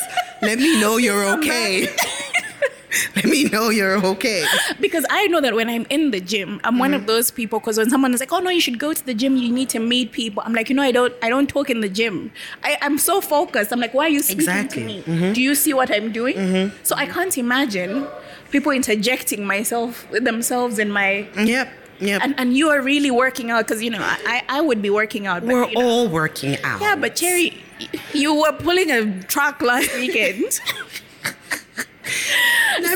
Speaker 3: let me know you're okay. let me know you're okay.
Speaker 2: Because I know that when I'm in the gym, I'm one
Speaker 3: Mm-hmm.
Speaker 2: of those people. Because when someone is like, "Oh no, you should go to the gym. You need to meet people," I'm like, "You know, I don't. I don't talk in the gym. I, I'm so focused. I'm like, why are you speaking
Speaker 3: Exactly. Mm-hmm.
Speaker 2: to me? Do you see what I'm doing? So I can't imagine people interjecting myself themselves in my.
Speaker 3: Yep. Yep.
Speaker 2: And, and you are really working out because you know I, I I would be working out. But,
Speaker 3: We're
Speaker 2: you know-
Speaker 3: all working out.
Speaker 2: yeah, but Cherry, you were pulling a truck last weekend.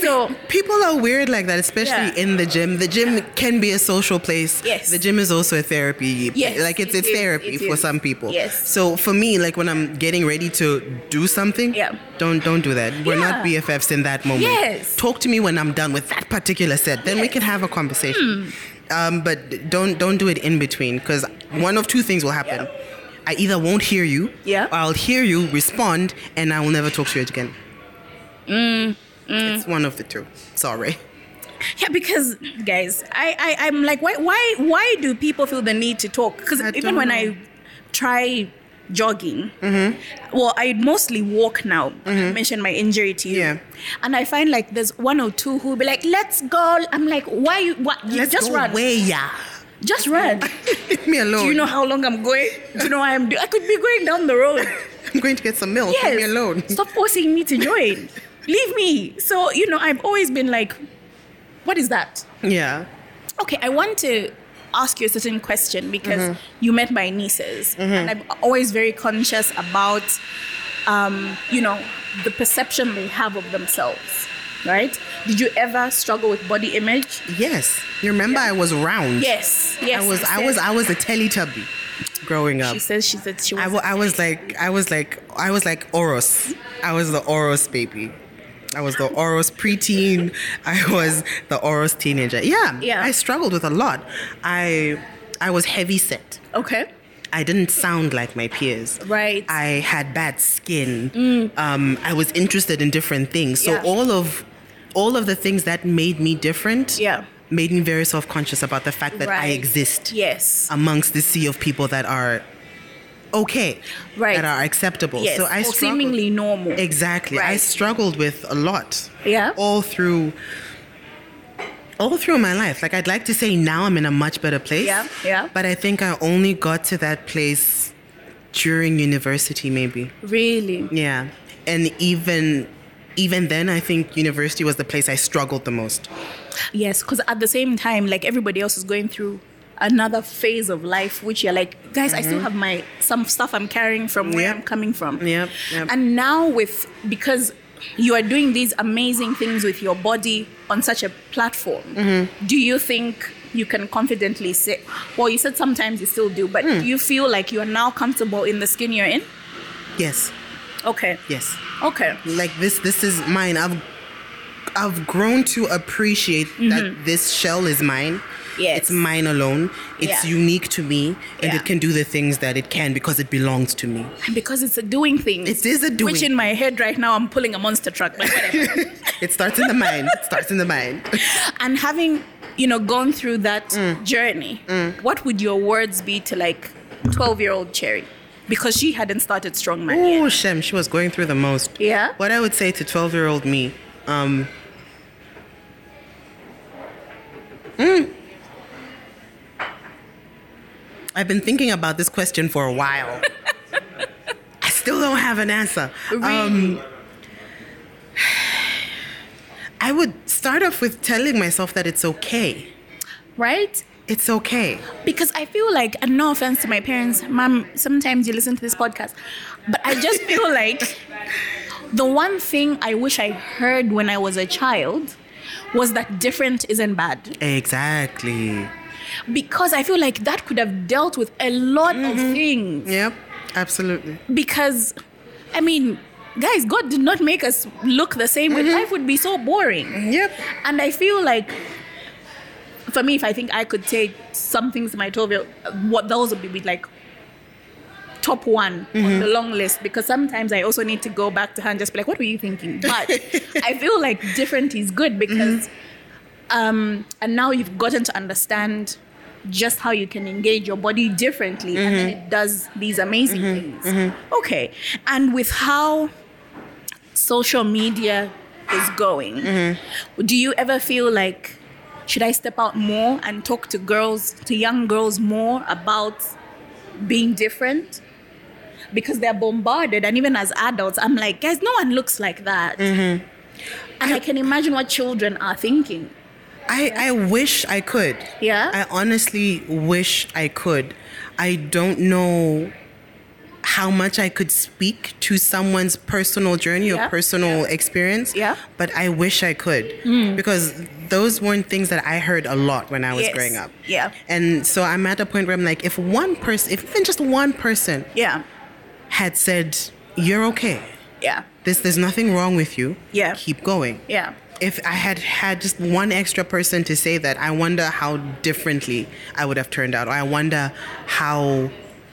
Speaker 2: so
Speaker 3: People are weird like that, especially
Speaker 2: Yeah.
Speaker 3: in the gym. The gym can be a social place.
Speaker 2: Yes.
Speaker 3: The gym is also a therapy.
Speaker 2: Yes,
Speaker 3: Like it's
Speaker 2: it
Speaker 3: a
Speaker 2: is,
Speaker 3: therapy
Speaker 2: it
Speaker 3: for
Speaker 2: is.
Speaker 3: some people.
Speaker 2: Yes.
Speaker 3: So for me, like when I'm getting ready to do something,
Speaker 2: Yeah.
Speaker 3: don't don't do that. We're not
Speaker 2: Yeah.
Speaker 3: BFFs in that moment.
Speaker 2: Yes.
Speaker 3: Talk to me when I'm done with that particular set. Then we can have a conversation.
Speaker 2: Hmm.
Speaker 3: Um, but don't don't do it in between because one of two things will happen. I either won't hear you,
Speaker 2: Yeah.
Speaker 3: or I'll hear you, respond, and I will never talk to you again.
Speaker 2: Mm,
Speaker 3: It's one of the two. Sorry.
Speaker 2: Yeah, because guys, I, I I'm like, why why why do people feel the need to talk? Because
Speaker 3: I
Speaker 2: even
Speaker 3: don't
Speaker 2: when
Speaker 3: know. Mm-hmm.
Speaker 2: I try jogging, well, I mostly walk now. I mentioned my injury to you,
Speaker 3: Yeah.
Speaker 2: and I find like there's one or two who be like, let's go. I'm like, why you what? You
Speaker 3: Let's
Speaker 2: just
Speaker 3: go
Speaker 2: run,
Speaker 3: away, yeah.
Speaker 2: just run.
Speaker 3: Leave me alone.
Speaker 2: Do you know how long I'm going? Do you know why I'm doing? I could be going down the road.
Speaker 3: I'm going to get some milk.
Speaker 2: Yes.
Speaker 3: Leave me alone.
Speaker 2: Stop forcing me to join. Leave me. So you know, I've always been like, what is that?
Speaker 3: Yeah.
Speaker 2: Okay, I want to ask you a certain question because
Speaker 3: Mm-hmm.
Speaker 2: you met my nieces, and I'm always very conscious about, um, you know, the perception they have of themselves. Right? Did you ever struggle with body image?
Speaker 3: Yes. You remember I was round.
Speaker 2: Yes. Yes.
Speaker 3: I was.
Speaker 2: you
Speaker 3: I
Speaker 2: said-
Speaker 3: was. I was a Teletubby, growing up.
Speaker 2: She says she said she was.
Speaker 3: I, w- I was like. I was like. I was like Oros. I was the Oros baby. I was the Oros preteen. I was the Oros teenager. Yeah.
Speaker 2: Yeah.
Speaker 3: I struggled with a lot. I. I was heavy set.
Speaker 2: okay.
Speaker 3: I didn't sound like my peers.
Speaker 2: Right. Mm.
Speaker 3: I had bad skin. Um, I was interested in different things. So
Speaker 2: Yeah.
Speaker 3: all of all of the things that made me different
Speaker 2: Yeah.
Speaker 3: made me very self-conscious about the fact that I
Speaker 2: Right.
Speaker 3: exist
Speaker 2: Yes.
Speaker 3: amongst the sea of people that are okay.
Speaker 2: Right.
Speaker 3: That are acceptable.
Speaker 2: yes.
Speaker 3: So I
Speaker 2: or
Speaker 3: struggled.
Speaker 2: seemingly normal.
Speaker 3: Exactly. I
Speaker 2: Right.
Speaker 3: struggled with a lot.
Speaker 2: Yeah.
Speaker 3: All through all through my life. Like I'd like to say now I'm in a much better place.
Speaker 2: Yeah, yeah.
Speaker 3: But I think I only got to that place during university maybe.
Speaker 2: Really.
Speaker 3: Yeah. And even even then I think university was the place I struggled the most.
Speaker 2: Yes, because at the same time, like everybody else is going through another phase of life, which you're like, guys, I still have my some stuff I'm carrying from where
Speaker 3: Mm-hmm. Yep.
Speaker 2: I'm coming from.
Speaker 3: Yep, yep.
Speaker 2: And now with because you are doing these amazing things with your body on such a platform.
Speaker 3: Mm-hmm.
Speaker 2: Do you think you can confidently say, well, you said sometimes you still do, but
Speaker 3: Mm.
Speaker 2: do you feel like you are now comfortable in the skin you're in?
Speaker 3: Yes.
Speaker 2: Okay.
Speaker 3: Yes.
Speaker 2: Okay.
Speaker 3: Like this this is mine. I've I've grown to appreciate that this shell is mine.
Speaker 2: Mm-hmm. Yes.
Speaker 3: It's mine alone. It's
Speaker 2: Yeah.
Speaker 3: unique to me and
Speaker 2: Yeah.
Speaker 3: it can do the things that it can because it belongs to me.
Speaker 2: And because it's a doing thing.
Speaker 3: It is a doing
Speaker 2: Which in my head right now, I'm pulling a monster truck. But whatever.
Speaker 3: It starts in the mind. It starts in the mind.
Speaker 2: and having you know gone through that journey what would your words be to like 12 year old cherry because she hadn't started strongman yet
Speaker 3: Oh, Shem, she was going through the most.
Speaker 2: Yeah?
Speaker 3: What I would say to 12 year old me, um, mm. I've been thinking about this question for a while. I still don't have an answer. Um, I would start off with telling myself that it's okay.
Speaker 2: right
Speaker 3: It's okay.
Speaker 2: because i feel like and no offense to my parents mom sometimes you listen to this podcast but i just feel like the one thing i wish i heard when i was a child was that different isn't bad
Speaker 3: Exactly.
Speaker 2: because i feel like that could have dealt with a lot of things
Speaker 3: Yep, absolutely.
Speaker 2: because I mean, guys, God did not make us look the same. way. Life would be so boring.
Speaker 3: Yep.
Speaker 2: And I feel like for me, if I think I could take some things to my 12 year what those would be like top one on the long list because sometimes I also need to go back to her and just be like, what were you thinking? But I feel like different is good because um, and now you've gotten to understand just how you can engage your body differently and then it does these amazing things. Okay. And with how social media is going, do you ever feel like should I step out more and talk to girls, to young girls more about being different? Because they're bombarded, and even as adults, I'm like, guys, no one looks like that.
Speaker 3: Mm-hmm.
Speaker 2: And I can imagine what children are thinking.
Speaker 3: I, I wish I could.
Speaker 2: Yeah?
Speaker 3: I honestly wish I could. I don't know how much I could speak to someone's personal journey
Speaker 2: Yeah,
Speaker 3: or personal experience.
Speaker 2: Yeah. Mm.
Speaker 3: But I wish I could. Because those weren't things that I heard a lot when I was
Speaker 2: Yes.
Speaker 3: growing up.
Speaker 2: Yeah.
Speaker 3: And so I'm at a point where I'm like, if one person, if even just one person
Speaker 2: Yeah.
Speaker 3: had said, you're okay,
Speaker 2: Yeah.
Speaker 3: this, there's nothing wrong with you,
Speaker 2: Yeah.
Speaker 3: keep going.
Speaker 2: Yeah.
Speaker 3: if I had had just one extra person to say that, I wonder how differently I would have turned out. Or I wonder how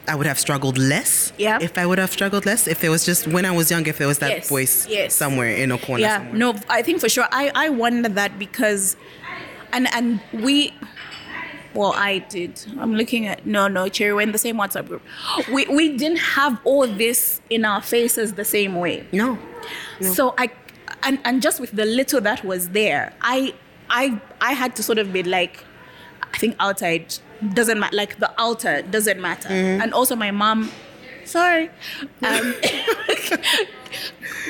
Speaker 3: I would have struggled less.
Speaker 2: Yeah.
Speaker 3: If I would have struggled less, if there was just when I was young, if there was that
Speaker 2: Yes,
Speaker 3: voice
Speaker 2: yes.
Speaker 3: somewhere in a corner.
Speaker 2: Yeah.
Speaker 3: somewhere.
Speaker 2: No, I think for sure. I, I wonder that because, and and we, well, I did. I'm looking at no, no, Cherry. We're in the same WhatsApp group. We we didn't have all this in our faces the same way.
Speaker 3: No. No.
Speaker 2: So I, and and just with the little that was there, I I I had to sort of be like, I think outside doesn't matter. Like the outer doesn't matter.
Speaker 3: Mm-hmm.
Speaker 2: And also my mom, sorry, um,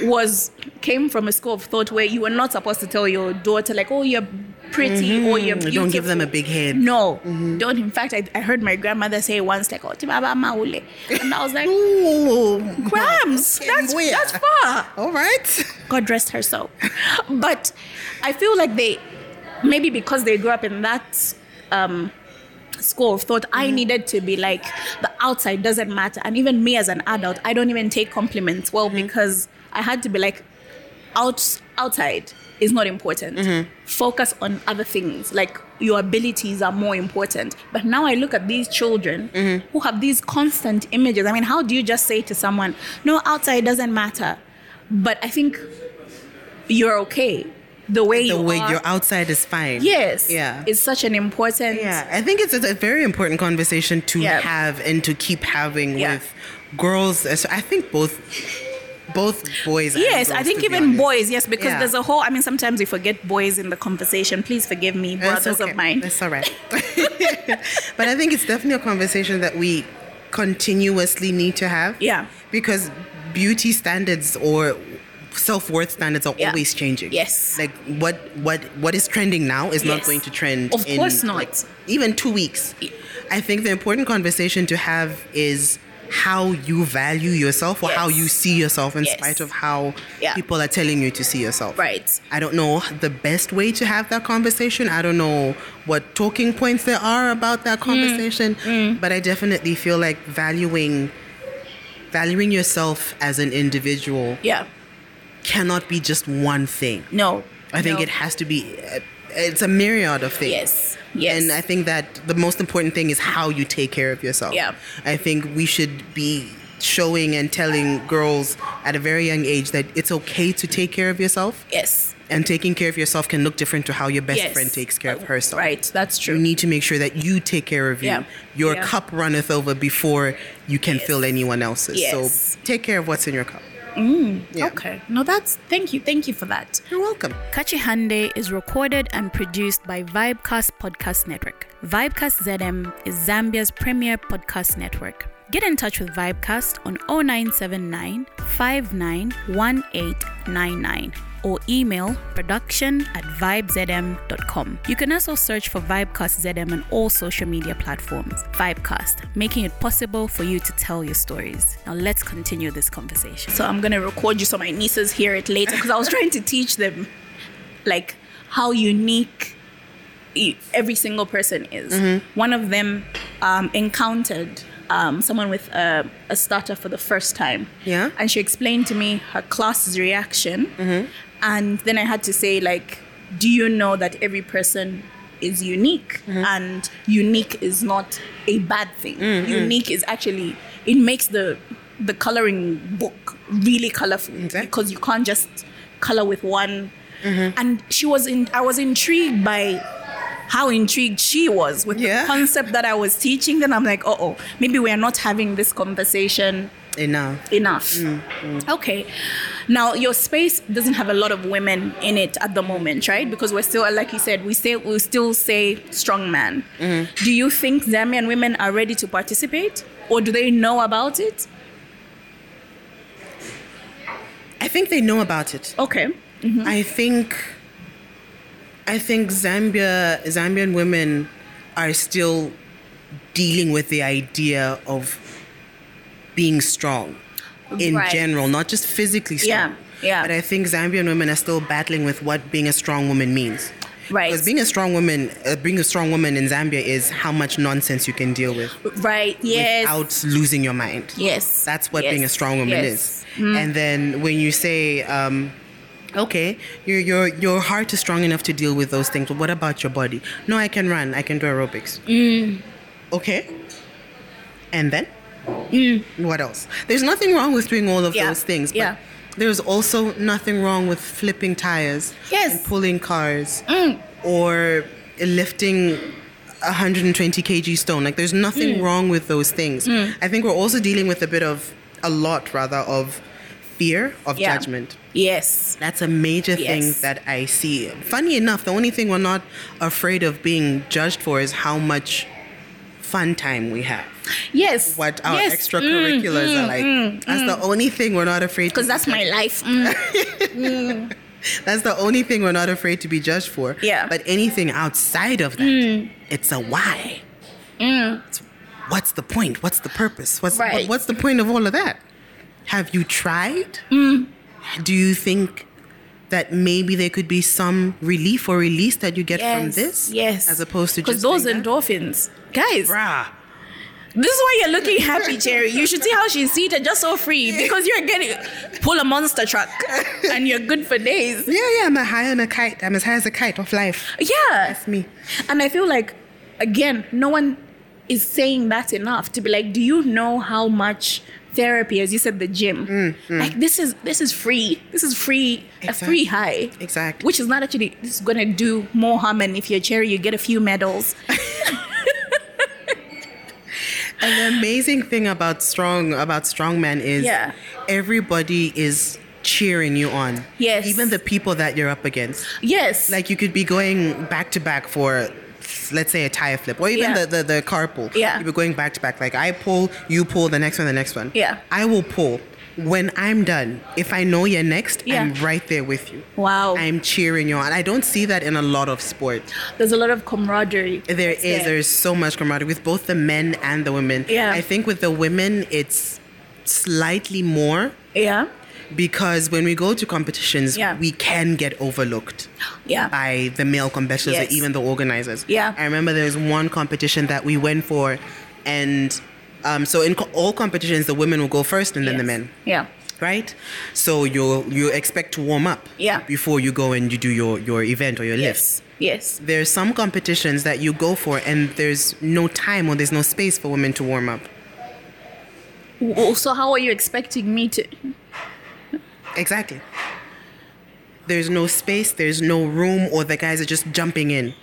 Speaker 2: was came from a school of thought where you were not supposed to tell your daughter like, oh, you're pretty or you're beautiful.
Speaker 3: Mm-hmm. Don't give them a big Mm-hmm. head.
Speaker 2: No, don't. In fact, I, I heard my grandmother say once like, oh, tibaba maule, and I was like,
Speaker 3: Ooh.
Speaker 2: grams,
Speaker 3: Okay,
Speaker 2: that's
Speaker 3: Mbuya.
Speaker 2: that's far.
Speaker 3: All right.
Speaker 2: God rest her soul. But I feel like they, maybe because they grew up in that um, school of thought, I
Speaker 3: Mm-hmm.
Speaker 2: needed to be like, the outside doesn't matter. And even me as an adult, I don't even take compliments well
Speaker 3: Mm-hmm.
Speaker 2: because I had to be like, out, outside is not important.
Speaker 3: Mm-hmm.
Speaker 2: Focus on other things. Like your abilities are more important. But now I look at these children
Speaker 3: Mm-hmm.
Speaker 2: who have these constant images. I mean, how do you just say to someone, no, outside doesn't matter? But I think you're okay the way
Speaker 3: The
Speaker 2: you
Speaker 3: way
Speaker 2: are.
Speaker 3: you're outside is fine.
Speaker 2: yes.
Speaker 3: Yeah.
Speaker 2: It's such an important.
Speaker 3: Yeah, I think it's a, a very important conversation to
Speaker 2: Yeah.
Speaker 3: have and to keep having
Speaker 2: Yeah.
Speaker 3: with girls. as- I think both, both boys. and
Speaker 2: Yes, I
Speaker 3: girls,
Speaker 2: think
Speaker 3: to be
Speaker 2: even
Speaker 3: honest.
Speaker 2: boys, yes, because
Speaker 3: Yeah.
Speaker 2: there's a whole, I mean, sometimes we forget boys in the conversation. Please forgive me,
Speaker 3: That's
Speaker 2: brothers
Speaker 3: okay.
Speaker 2: of mine.
Speaker 3: That's all right. but I think it's definitely a conversation that we continuously need to have.
Speaker 2: Yeah.
Speaker 3: Because beauty standards or self worth standards are
Speaker 2: Yeah.
Speaker 3: always changing.
Speaker 2: Yes.
Speaker 3: Like what what what is trending now is not
Speaker 2: Yes.
Speaker 3: going to trend
Speaker 2: Of
Speaker 3: in
Speaker 2: course not.
Speaker 3: like, even two weeks. I think the important conversation to have is how you value yourself or how
Speaker 2: Yes.
Speaker 3: you see yourself in
Speaker 2: Yes.
Speaker 3: spite of how
Speaker 2: Yeah.
Speaker 3: people are telling you to see yourself.
Speaker 2: Right.
Speaker 3: I don't know the best way to have that conversation. I don't know what talking points there are about
Speaker 2: Mm.
Speaker 3: that conversation, but I definitely feel like valuing valuing yourself as an individual
Speaker 2: Yeah.
Speaker 3: cannot be just one thing.
Speaker 2: No.
Speaker 3: I think
Speaker 2: No.
Speaker 3: it has to be uh, it's a myriad of things.
Speaker 2: Yes. Yes.
Speaker 3: And I think that the most important thing is how you take care of yourself.
Speaker 2: Yeah.
Speaker 3: I think we should be showing and telling girls at a very young age that it's okay to take care of yourself.
Speaker 2: yes.
Speaker 3: And taking care of yourself can look different to how your best
Speaker 2: yes.
Speaker 3: friend takes care of
Speaker 2: Uh,
Speaker 3: herself.
Speaker 2: Right. That's
Speaker 3: You
Speaker 2: true.
Speaker 3: need to make sure that you take care of you.
Speaker 2: Yeah.
Speaker 3: Your
Speaker 2: Yeah.
Speaker 3: cup runneth over before you can
Speaker 2: Yes.
Speaker 3: fill anyone else's.
Speaker 2: Yes.
Speaker 3: So take care of what's in your cup. yeah.
Speaker 2: Okay. No, that's thank you. Thank you for that.
Speaker 3: You're welcome.
Speaker 4: Kachihande is recorded and produced by Vibecast Podcast Network. Vibecast ZM is Zambia's premier podcast network. Get in touch with Vibecast on 0979 591899 or email production at vibezm.com. You can also search for Vibecast ZM on all social media platforms. Vibecast, making it possible for you to tell your stories. Now let's continue this conversation.
Speaker 2: So I'm gonna record you so my nieces hear it later because I was trying to teach them like how unique e- every single person is. One of them um, encountered um, someone with a, a starter for the first time.
Speaker 3: Yeah.
Speaker 2: And she explained to me her class's reaction. And then I had to say, like, do you know that every person is unique? And unique is not a bad thing. Unique is actually, it makes the, the coloring book really colorful
Speaker 3: Exactly.
Speaker 2: because you can't just color with one.
Speaker 3: Mm-hmm.
Speaker 2: And she was in, I was intrigued by how intrigued she was with
Speaker 3: Yeah.
Speaker 2: the concept that I was teaching. Then I'm like, oh, oh, maybe we are not having this conversation
Speaker 3: Enough.
Speaker 2: enough.
Speaker 3: Mm,
Speaker 2: Okay. Now your space doesn't have a lot of women in it at the moment, right? Because we're still, like you said, we say we still say strong man.
Speaker 3: Mm-hmm.
Speaker 2: Do you think Zambian women are ready to participate, or do they know about it?
Speaker 3: I think they know about it.
Speaker 2: Okay. Mm-hmm. Hmm?
Speaker 3: I think I think Zambia Zambian women are still dealing with the idea of being strong in
Speaker 2: Right.
Speaker 3: general, not just physically
Speaker 2: Yeah,
Speaker 3: strong.
Speaker 2: yeah.
Speaker 3: But I think Zambian women are still battling with what being a strong woman means.
Speaker 2: Right.
Speaker 3: Because being a strong woman, uh, being a strong woman in Zambia is how much nonsense you can deal with
Speaker 2: Right. Yes.
Speaker 3: without losing your mind.
Speaker 2: yes.
Speaker 3: That's what
Speaker 2: Yes.
Speaker 3: being a strong woman
Speaker 2: Yes. Mm.
Speaker 3: is. And then when you say, um, okay, your your your heart is strong enough to deal with those things, but what about your body? No, I can run. I can do aerobics.
Speaker 2: Mm.
Speaker 3: Okay. And then, what else? There's nothing wrong with doing all of
Speaker 2: Mm. Yeah.
Speaker 3: those things. But
Speaker 2: Yeah.
Speaker 3: There's also nothing wrong with flipping tires
Speaker 2: Yes. Mm.
Speaker 3: and pulling cars or lifting 120 kg stone. Like there's
Speaker 2: Mm.
Speaker 3: nothing wrong with those things. I think we're also dealing with a bit of a lot rather of fear of
Speaker 2: Yeah.
Speaker 3: judgment.
Speaker 2: Yes.
Speaker 3: That's a major
Speaker 2: Yes.
Speaker 3: thing that I see. Funny enough, the only thing we're not afraid of being judged for is how much fun time we have.
Speaker 2: Yes.
Speaker 3: What uh, our
Speaker 2: yes. Mm,
Speaker 3: extracurriculars are like. that's the only thing we're not afraid to
Speaker 2: Because that's my life. Mm.
Speaker 3: That's the only thing we're not afraid to be judged for.
Speaker 2: Yeah. Mm.
Speaker 3: But anything outside of that, it's a why. It's, what's the point? What's the purpose? What's, what-
Speaker 2: Right.
Speaker 3: what's the point of all of that? Have you tried?
Speaker 2: Mm.
Speaker 3: Do you think that maybe there could be some relief or release that you get from this?
Speaker 2: Yes.
Speaker 3: As opposed to
Speaker 2: because
Speaker 3: just
Speaker 2: those
Speaker 3: saying that?
Speaker 2: endorphins, guys.
Speaker 3: Bruh.
Speaker 2: This is why you're looking happy, Cherry. You should see how she's seated, just so free, because you're getting pull a monster truck, and you're good for days.
Speaker 3: Yeah, yeah, I'm a high on a kite. I'm as high as a kite of life.
Speaker 2: Yeah,
Speaker 3: That's me.
Speaker 2: and I feel like, again, no one is saying that enough to be like, do you know how much therapy, as you said, the gym,
Speaker 3: Mm,
Speaker 2: like this is this is free. This is free, a free
Speaker 3: Exactly.
Speaker 2: high,
Speaker 3: Exactly.
Speaker 2: Which is not actually this is gonna do more harm, and if you're Cherry, you get a few medals.
Speaker 3: And the amazing thing about strong about strongman is
Speaker 2: Yeah.
Speaker 3: everybody is cheering you on.
Speaker 2: Yes.
Speaker 3: Even the people that you're up against.
Speaker 2: Yes,
Speaker 3: Like you could be going back to back for it's let's say a tire flip or even
Speaker 2: Yeah.
Speaker 3: the, the the car pull.
Speaker 2: Yeah.
Speaker 3: you'll be going back to back. Like I pull, you pull, the next one, the next one.
Speaker 2: Yeah.
Speaker 3: I will pull. When I'm done, if I know you're next, I'm
Speaker 2: Yeah.
Speaker 3: right there with you.
Speaker 2: Wow.
Speaker 3: I'm cheering you on. I don't see that in a lot of sport.
Speaker 2: There's a lot of camaraderie.
Speaker 3: There is
Speaker 2: there.
Speaker 3: there's so much camaraderie with both the men and the women.
Speaker 2: Yeah.
Speaker 3: I think with the women it's slightly more
Speaker 2: Yeah.
Speaker 3: because when we go to competitions
Speaker 2: Yeah.
Speaker 3: we can get overlooked
Speaker 2: Yeah.
Speaker 3: by the male competitors
Speaker 2: Yes.
Speaker 3: or even the organizers.
Speaker 2: Yeah.
Speaker 3: I remember there was one competition that we went for and um, so in co- all competitions the women will go first and then the
Speaker 2: Yes.
Speaker 3: men
Speaker 2: Yeah.
Speaker 3: right? So you you expect to warm up
Speaker 2: Yeah.
Speaker 3: before you go and you do your your event or your lift.
Speaker 2: Yes. Yes.
Speaker 3: There's some competitions that you go for and there's no time or there's no space for women to warm up.
Speaker 2: W- So how are you expecting me to?
Speaker 3: Exactly. There's no space, there's no room, or the guys are just jumping in.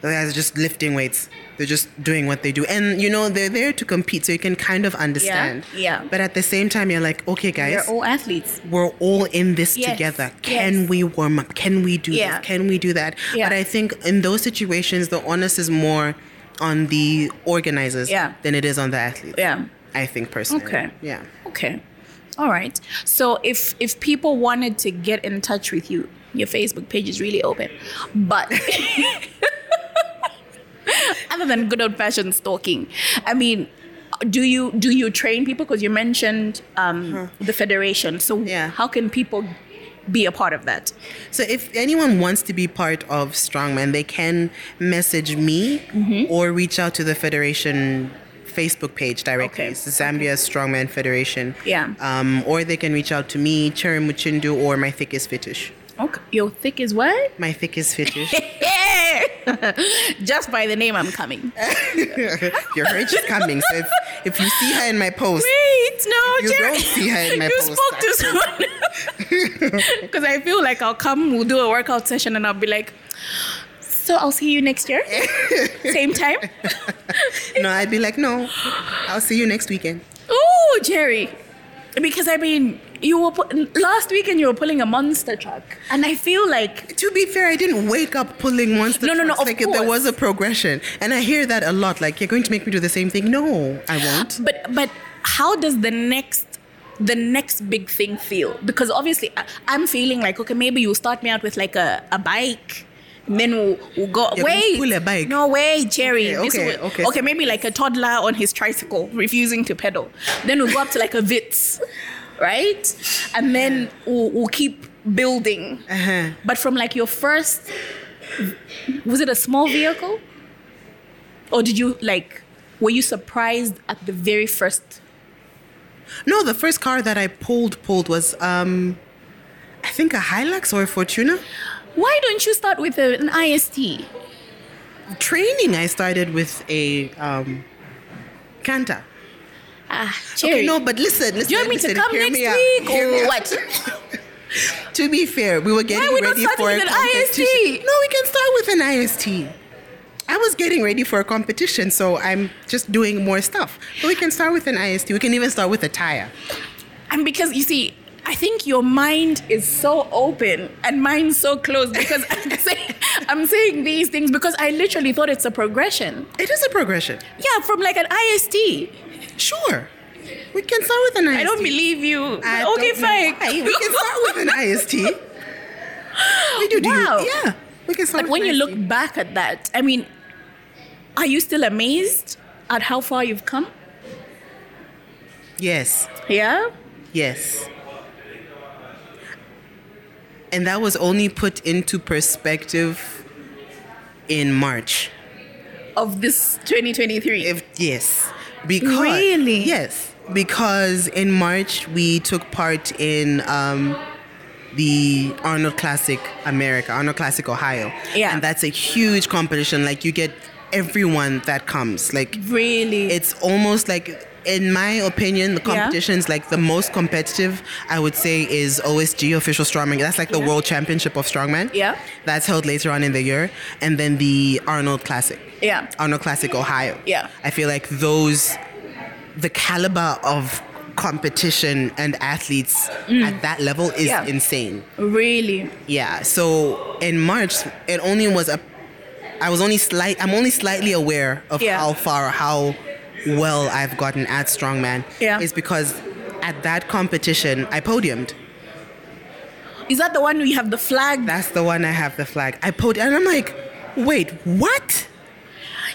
Speaker 3: The guys are just lifting weights. They're just doing what they do. And you know, they're there to compete, so you can kind of understand.
Speaker 2: yeah.
Speaker 3: But at the same time, you're like, okay,
Speaker 2: We're
Speaker 3: guys,
Speaker 2: all athletes.
Speaker 3: we're all in this
Speaker 2: Yes,
Speaker 3: together. Can
Speaker 2: yes.
Speaker 3: we warm up? Can we do
Speaker 2: Yeah.
Speaker 3: this? Can we do that?
Speaker 2: Yeah.
Speaker 3: But I think in those situations, the onus is more on the organizers
Speaker 2: Yeah.
Speaker 3: than it is on the athletes.
Speaker 2: Yeah.
Speaker 3: I think personally.
Speaker 2: Okay.
Speaker 3: Yeah.
Speaker 2: Okay. All right. So if if people wanted to get in touch with you, your Facebook page is really open. But other than good old fashioned stalking, I mean, do you do you train people? Because you mentioned um, the federation. So
Speaker 3: Yeah.
Speaker 2: how can people be a part of that?
Speaker 3: So if anyone wants to be part of Strongman, they can message me
Speaker 2: Mm-hmm.
Speaker 3: or reach out to the Federation Facebook page directly.
Speaker 2: Okay.
Speaker 3: It's the Zambia Strongman Federation.
Speaker 2: Yeah.
Speaker 3: Um, or they can reach out to me, Cherim Muchindu, or my thickest fetish.
Speaker 2: Okay. Your thick is what?
Speaker 3: My thickest fetish.
Speaker 2: Yeah. Just by the name, I'm coming.
Speaker 3: Your urge is coming. So if, if you see her in my post,
Speaker 2: Wait, no,
Speaker 3: You
Speaker 2: Jerry.
Speaker 3: don't see her in my
Speaker 2: you
Speaker 3: post,
Speaker 2: spoke to someone. Because I feel like I'll come, we'll do a workout session, and I'll be like, so I'll see you next year, same time.
Speaker 3: no, I'd be like, no, I'll see you next weekend.
Speaker 2: Oh, Jerry, because I mean, you were pu- last weekend you were pulling a monster truck, and I feel like
Speaker 3: To be fair, I didn't wake up pulling once.
Speaker 2: No, no, no, of
Speaker 3: Like there
Speaker 2: course.
Speaker 3: was a progression, and I hear that a lot. Like you're going to make me do the same thing. No, I won't.
Speaker 2: but but how does the next the next big thing feel because obviously I, i'm feeling like okay maybe you'll start me out with like a, a bike and then we'll, we'll go
Speaker 3: You're going to
Speaker 2: wait
Speaker 3: pull a bike?
Speaker 2: no way jerry
Speaker 3: Okay,
Speaker 2: This
Speaker 3: okay,
Speaker 2: will-
Speaker 3: okay.
Speaker 2: okay maybe like a toddler on his tricycle refusing to pedal then we'll go up to like a vitz right and then we'll, we'll keep building
Speaker 3: Uh-huh.
Speaker 2: but from like your first was it a small vehicle or did you like were you surprised at the very first
Speaker 3: No, the first car that I pulled pulled was um, I think a Hilux or a Fortuna.
Speaker 2: why don't you start with a, an ist
Speaker 3: Training, I started with a um, Canter.
Speaker 2: ah
Speaker 3: Okay,
Speaker 2: Cherry,
Speaker 3: no, but listen, listen.
Speaker 2: do you want me to
Speaker 3: listen,
Speaker 2: come
Speaker 3: hear
Speaker 2: next
Speaker 3: me out,
Speaker 2: week Oh,
Speaker 3: hear me
Speaker 2: or
Speaker 3: out.
Speaker 2: what
Speaker 3: To be fair, we were getting
Speaker 2: we not
Speaker 3: ready
Speaker 2: starting
Speaker 3: for
Speaker 2: with
Speaker 3: a
Speaker 2: an
Speaker 3: competition.
Speaker 2: IST?
Speaker 3: No, we can start with an IST. I was getting ready for a competition, so I'm just doing more stuff. But we can start with an IST. We can even start with a tire.
Speaker 2: and because you see I think your mind is so open and mine's so closed because I'm saying, I'm saying these things because I literally thought it's a progression.
Speaker 3: It is a progression.
Speaker 2: Yeah, from like an IST.
Speaker 3: Sure. We can start with an IST.
Speaker 2: I don't believe you.
Speaker 3: I
Speaker 2: But okay,
Speaker 3: don't know
Speaker 2: fine.
Speaker 3: why. We can start with an IST. We do, do you-
Speaker 2: Wow.
Speaker 3: Yeah. We can start
Speaker 2: But
Speaker 3: with
Speaker 2: when
Speaker 3: an
Speaker 2: you
Speaker 3: IST.
Speaker 2: look back at that, I mean, are you still amazed at how far you've come?
Speaker 3: Yes.
Speaker 2: Yeah.
Speaker 3: Yes. And that was only put into perspective in March.
Speaker 2: Of this 2023.
Speaker 3: If yes, because
Speaker 2: Really?
Speaker 3: yes, because in March we took part in um, the Arnold Classic America, Arnold Classic Ohio.
Speaker 2: Yeah.
Speaker 3: and that's a huge competition. Like you get everyone that comes. Like
Speaker 2: really?
Speaker 3: it's almost like. In my opinion, the
Speaker 2: Yeah.
Speaker 3: competitions like the most competitive, I would say, is OSG official strongman. That's like the World Championship of Strongman.
Speaker 2: Yeah.
Speaker 3: that's held later on in the year, and then the Arnold Classic.
Speaker 2: yeah.
Speaker 3: Arnold Classic Ohio.
Speaker 2: Yeah.
Speaker 3: I feel like those, the caliber of competition and athletes at that level is
Speaker 2: Mm. Yeah.
Speaker 3: insane.
Speaker 2: Really?
Speaker 3: Yeah. So in March, it only was a I was only slight. I'm only slightly aware of
Speaker 2: Yeah.
Speaker 3: how far, how well I've gotten at strongman.
Speaker 2: Yeah.
Speaker 3: Is because at that competition I podiumed.
Speaker 2: Is that the one we have the flag?
Speaker 3: That's the one I have the flag. I podiumed, and I'm like, wait, what?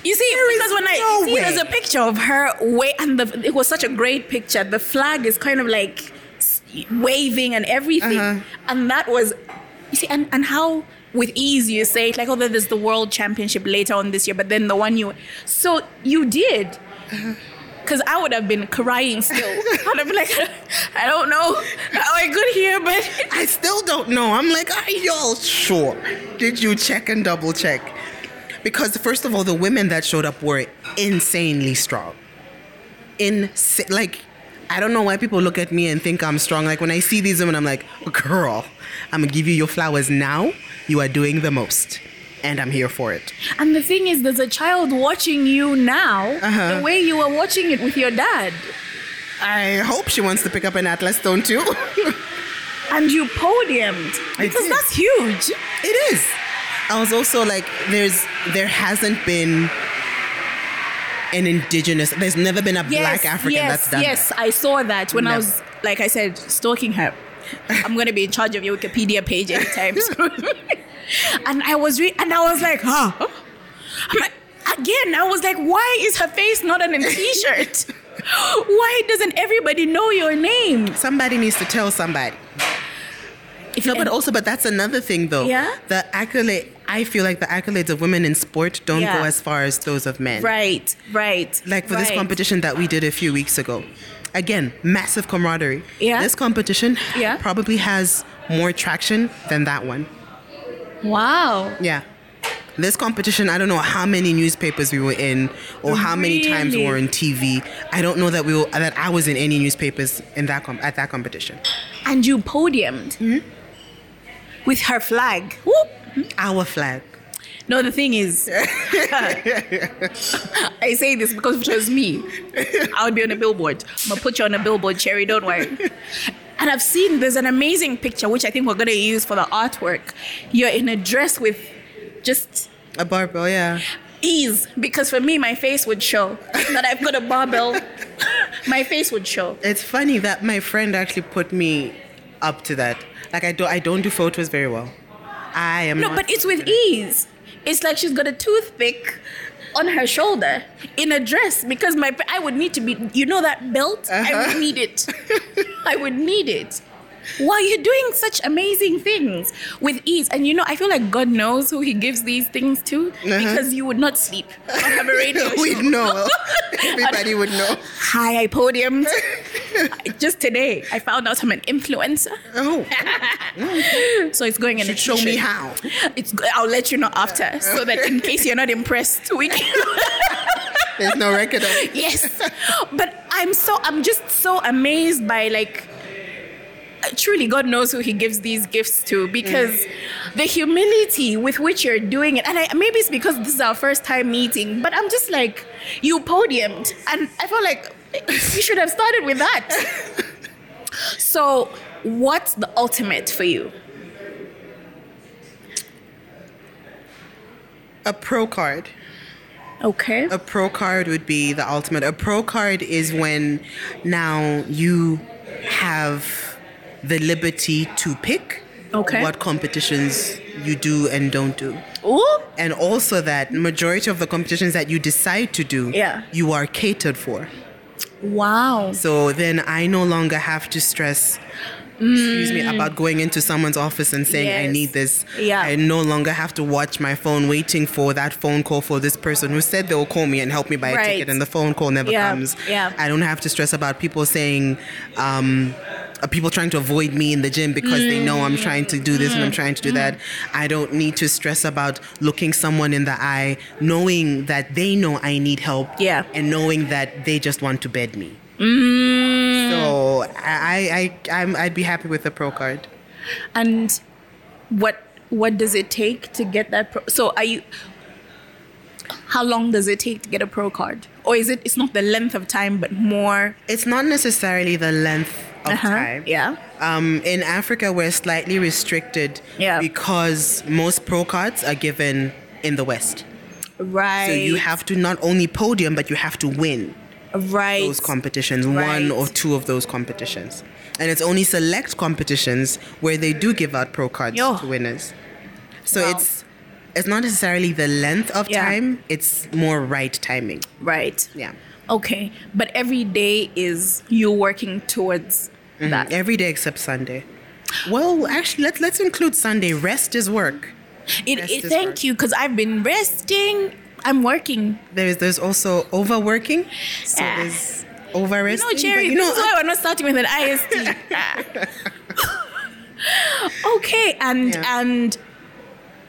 Speaker 2: You see, because when I
Speaker 3: no
Speaker 2: see there's
Speaker 3: way.
Speaker 2: a picture of her way, and the, it was such a great picture. The flag is kind of like s- waving and everything,
Speaker 3: Uh-huh.
Speaker 2: and that was, you see, and and how with ease you say it like, oh, there's the world championship later on this year, but then the one you, so you did.
Speaker 3: Uh-huh.
Speaker 2: Because I would have been crying still. I'd have been like, I don't know how I got here, but
Speaker 3: I still don't know. I'm like, are y'all sure? Did you check and double check? Because first of all, the women that showed up were insanely strong. Insa- like, I don't know why people look at me and think I'm strong. Like when I see these women, I'm like, girl, I'm gonna give you your flowers now. You are doing the most, and I'm here for it.
Speaker 2: And the thing is, there's a child watching you now,
Speaker 3: Uh-huh.
Speaker 2: the way you were watching it with your dad.
Speaker 3: I hope she wants to pick up an Atlas stone too.
Speaker 2: And you podiumed.
Speaker 3: I
Speaker 2: Because
Speaker 3: did.
Speaker 2: that's huge.
Speaker 3: It is. I was also like, there's there hasn't been an indigenous. There's never been a black African
Speaker 2: yes,
Speaker 3: that's done
Speaker 2: Yes,
Speaker 3: that.
Speaker 2: I saw that when I
Speaker 3: No.
Speaker 2: was, like I said, stalking her. I'm going to be in charge of your Wikipedia page anytime soon. and I was, re- and I was like, huh? I'm like, again, I was like, why is her face not on a t-shirt? why doesn't everybody know your name?
Speaker 3: Somebody needs to tell somebody.
Speaker 2: If
Speaker 3: No,
Speaker 2: you-
Speaker 3: but also, but that's another thing though.
Speaker 2: Yeah?
Speaker 3: The accolade. I feel like the accolades of women in sport don't
Speaker 2: Yeah.
Speaker 3: go as far as those of men.
Speaker 2: Right, right.
Speaker 3: Like for this
Speaker 2: right.
Speaker 3: competition that we did a few weeks ago. Again, massive camaraderie.
Speaker 2: Yeah.
Speaker 3: This competition
Speaker 2: Yeah.
Speaker 3: probably has more traction than that one.
Speaker 2: Wow.
Speaker 3: Yeah. This competition, I don't know how many newspapers we were in or how many times we
Speaker 2: Really?
Speaker 3: were on TV. I don't know that we were, that I was in any newspapers in that com- at that competition.
Speaker 2: And you podiumed
Speaker 3: Hmm?
Speaker 2: with her flag. Whoop.
Speaker 3: Our flag.
Speaker 2: No, the thing is, I say this because if it was me, I would be on a billboard. I'm gonna put you on a billboard, Cherry. Don't worry. And I've seen there's an amazing picture which I think we're gonna use for the artwork. You're in a dress with just
Speaker 3: A barbell, yeah.
Speaker 2: ease because for me my face would show that I've got a barbell. my face would show.
Speaker 3: It's funny that my friend actually put me up to that. Like I don't I don't do photos very well. I am
Speaker 2: No,
Speaker 3: not
Speaker 2: but it's with ease. It's like she's got a toothpick on her shoulder in a dress because my I would need to be you know that belt I
Speaker 3: Uh-huh.
Speaker 2: would need it. I would need it. While you're doing such amazing things with ease, and you know, I feel like God knows who He gives these things to because you would not sleep. I have a radio
Speaker 3: Uh-huh. we
Speaker 2: show.
Speaker 3: know. Everybody would know.
Speaker 2: Hi, I podiumed. Just today, I found out I'm an influencer,
Speaker 3: Oh,
Speaker 2: so it's going in a
Speaker 3: should show me
Speaker 2: t-shirt.
Speaker 3: how.
Speaker 2: It's. go- I'll let you know after, so that in case you're not impressed, we can.
Speaker 3: There's no record of it.
Speaker 2: yes, but I'm so. I'm just so amazed by like. uh, Truly, God knows who He gives these gifts to because the humility with which you're doing it, and I, maybe it's because this is our first time meeting, but I'm just like, you podiumed, and I felt like you should have started with that. so, what's the ultimate for you?
Speaker 3: A pro card.
Speaker 2: Okay.
Speaker 3: A pro card would be the ultimate. A pro card is when now you have the liberty to pick
Speaker 2: Okay.
Speaker 3: what competitions you do and don't do.
Speaker 2: Ooh.
Speaker 3: And also that majority of the competitions that you decide to do,
Speaker 2: Yeah.
Speaker 3: you are catered for.
Speaker 2: Wow.
Speaker 3: So then I no longer have to stress excuse me about going into someone's office and saying I
Speaker 2: Mm. Yes.
Speaker 3: need this.
Speaker 2: Yeah.
Speaker 3: I no longer have to watch my phone waiting for that phone call for this person who said they'll call me and help me buy a
Speaker 2: Right.
Speaker 3: ticket and the phone call never
Speaker 2: Yeah.
Speaker 3: comes.
Speaker 2: Yeah.
Speaker 3: I don't have to stress about people saying um uh, people trying to avoid me in the gym because they know I'm trying to do this and I'm trying to do
Speaker 2: Mm-hmm.
Speaker 3: that. I don't need to stress about looking someone in the eye, knowing that they know I need help
Speaker 2: Yeah.
Speaker 3: and knowing that they just want to bed me.
Speaker 2: Mm-hmm.
Speaker 3: So I, I, I I'm, I'd be happy with a pro card.
Speaker 2: and what what does it take to get that pro so are you how long does it take to get a pro card or is it it's not the length of time but more
Speaker 3: It's not necessarily the length of
Speaker 2: Uh-huh.
Speaker 3: time.
Speaker 2: yeah
Speaker 3: Um, in Africa, we're slightly restricted
Speaker 2: Yeah.
Speaker 3: because most pro cards are given in the West.
Speaker 2: Right.
Speaker 3: So you have to not only podium, but you have to win
Speaker 2: right.
Speaker 3: those competitions,
Speaker 2: Right.
Speaker 3: one or two of those competitions. And it's only select competitions where they do give out pro cards
Speaker 2: Yo.
Speaker 3: to winners. So
Speaker 2: Wow.
Speaker 3: it's it's not necessarily the length of
Speaker 2: Yeah.
Speaker 3: time, it's more right timing.
Speaker 2: right.
Speaker 3: Yeah.
Speaker 2: Okay. But every day is you working towards
Speaker 3: Mm-hmm.
Speaker 2: that.
Speaker 3: Mm, Every day except Sunday. Well, actually let's let's include Sunday. Rest is work.
Speaker 2: It,
Speaker 3: Rest
Speaker 2: it,
Speaker 3: is
Speaker 2: thank
Speaker 3: work.
Speaker 2: you, because I've been resting. I'm working.
Speaker 3: There's there's also overworking. So
Speaker 2: Ah.
Speaker 3: there's over
Speaker 2: No,
Speaker 3: resting. but
Speaker 2: Jerry,
Speaker 3: you know,
Speaker 2: this is why we're not starting with an IST. Ah. okay, and
Speaker 3: Yeah.
Speaker 2: and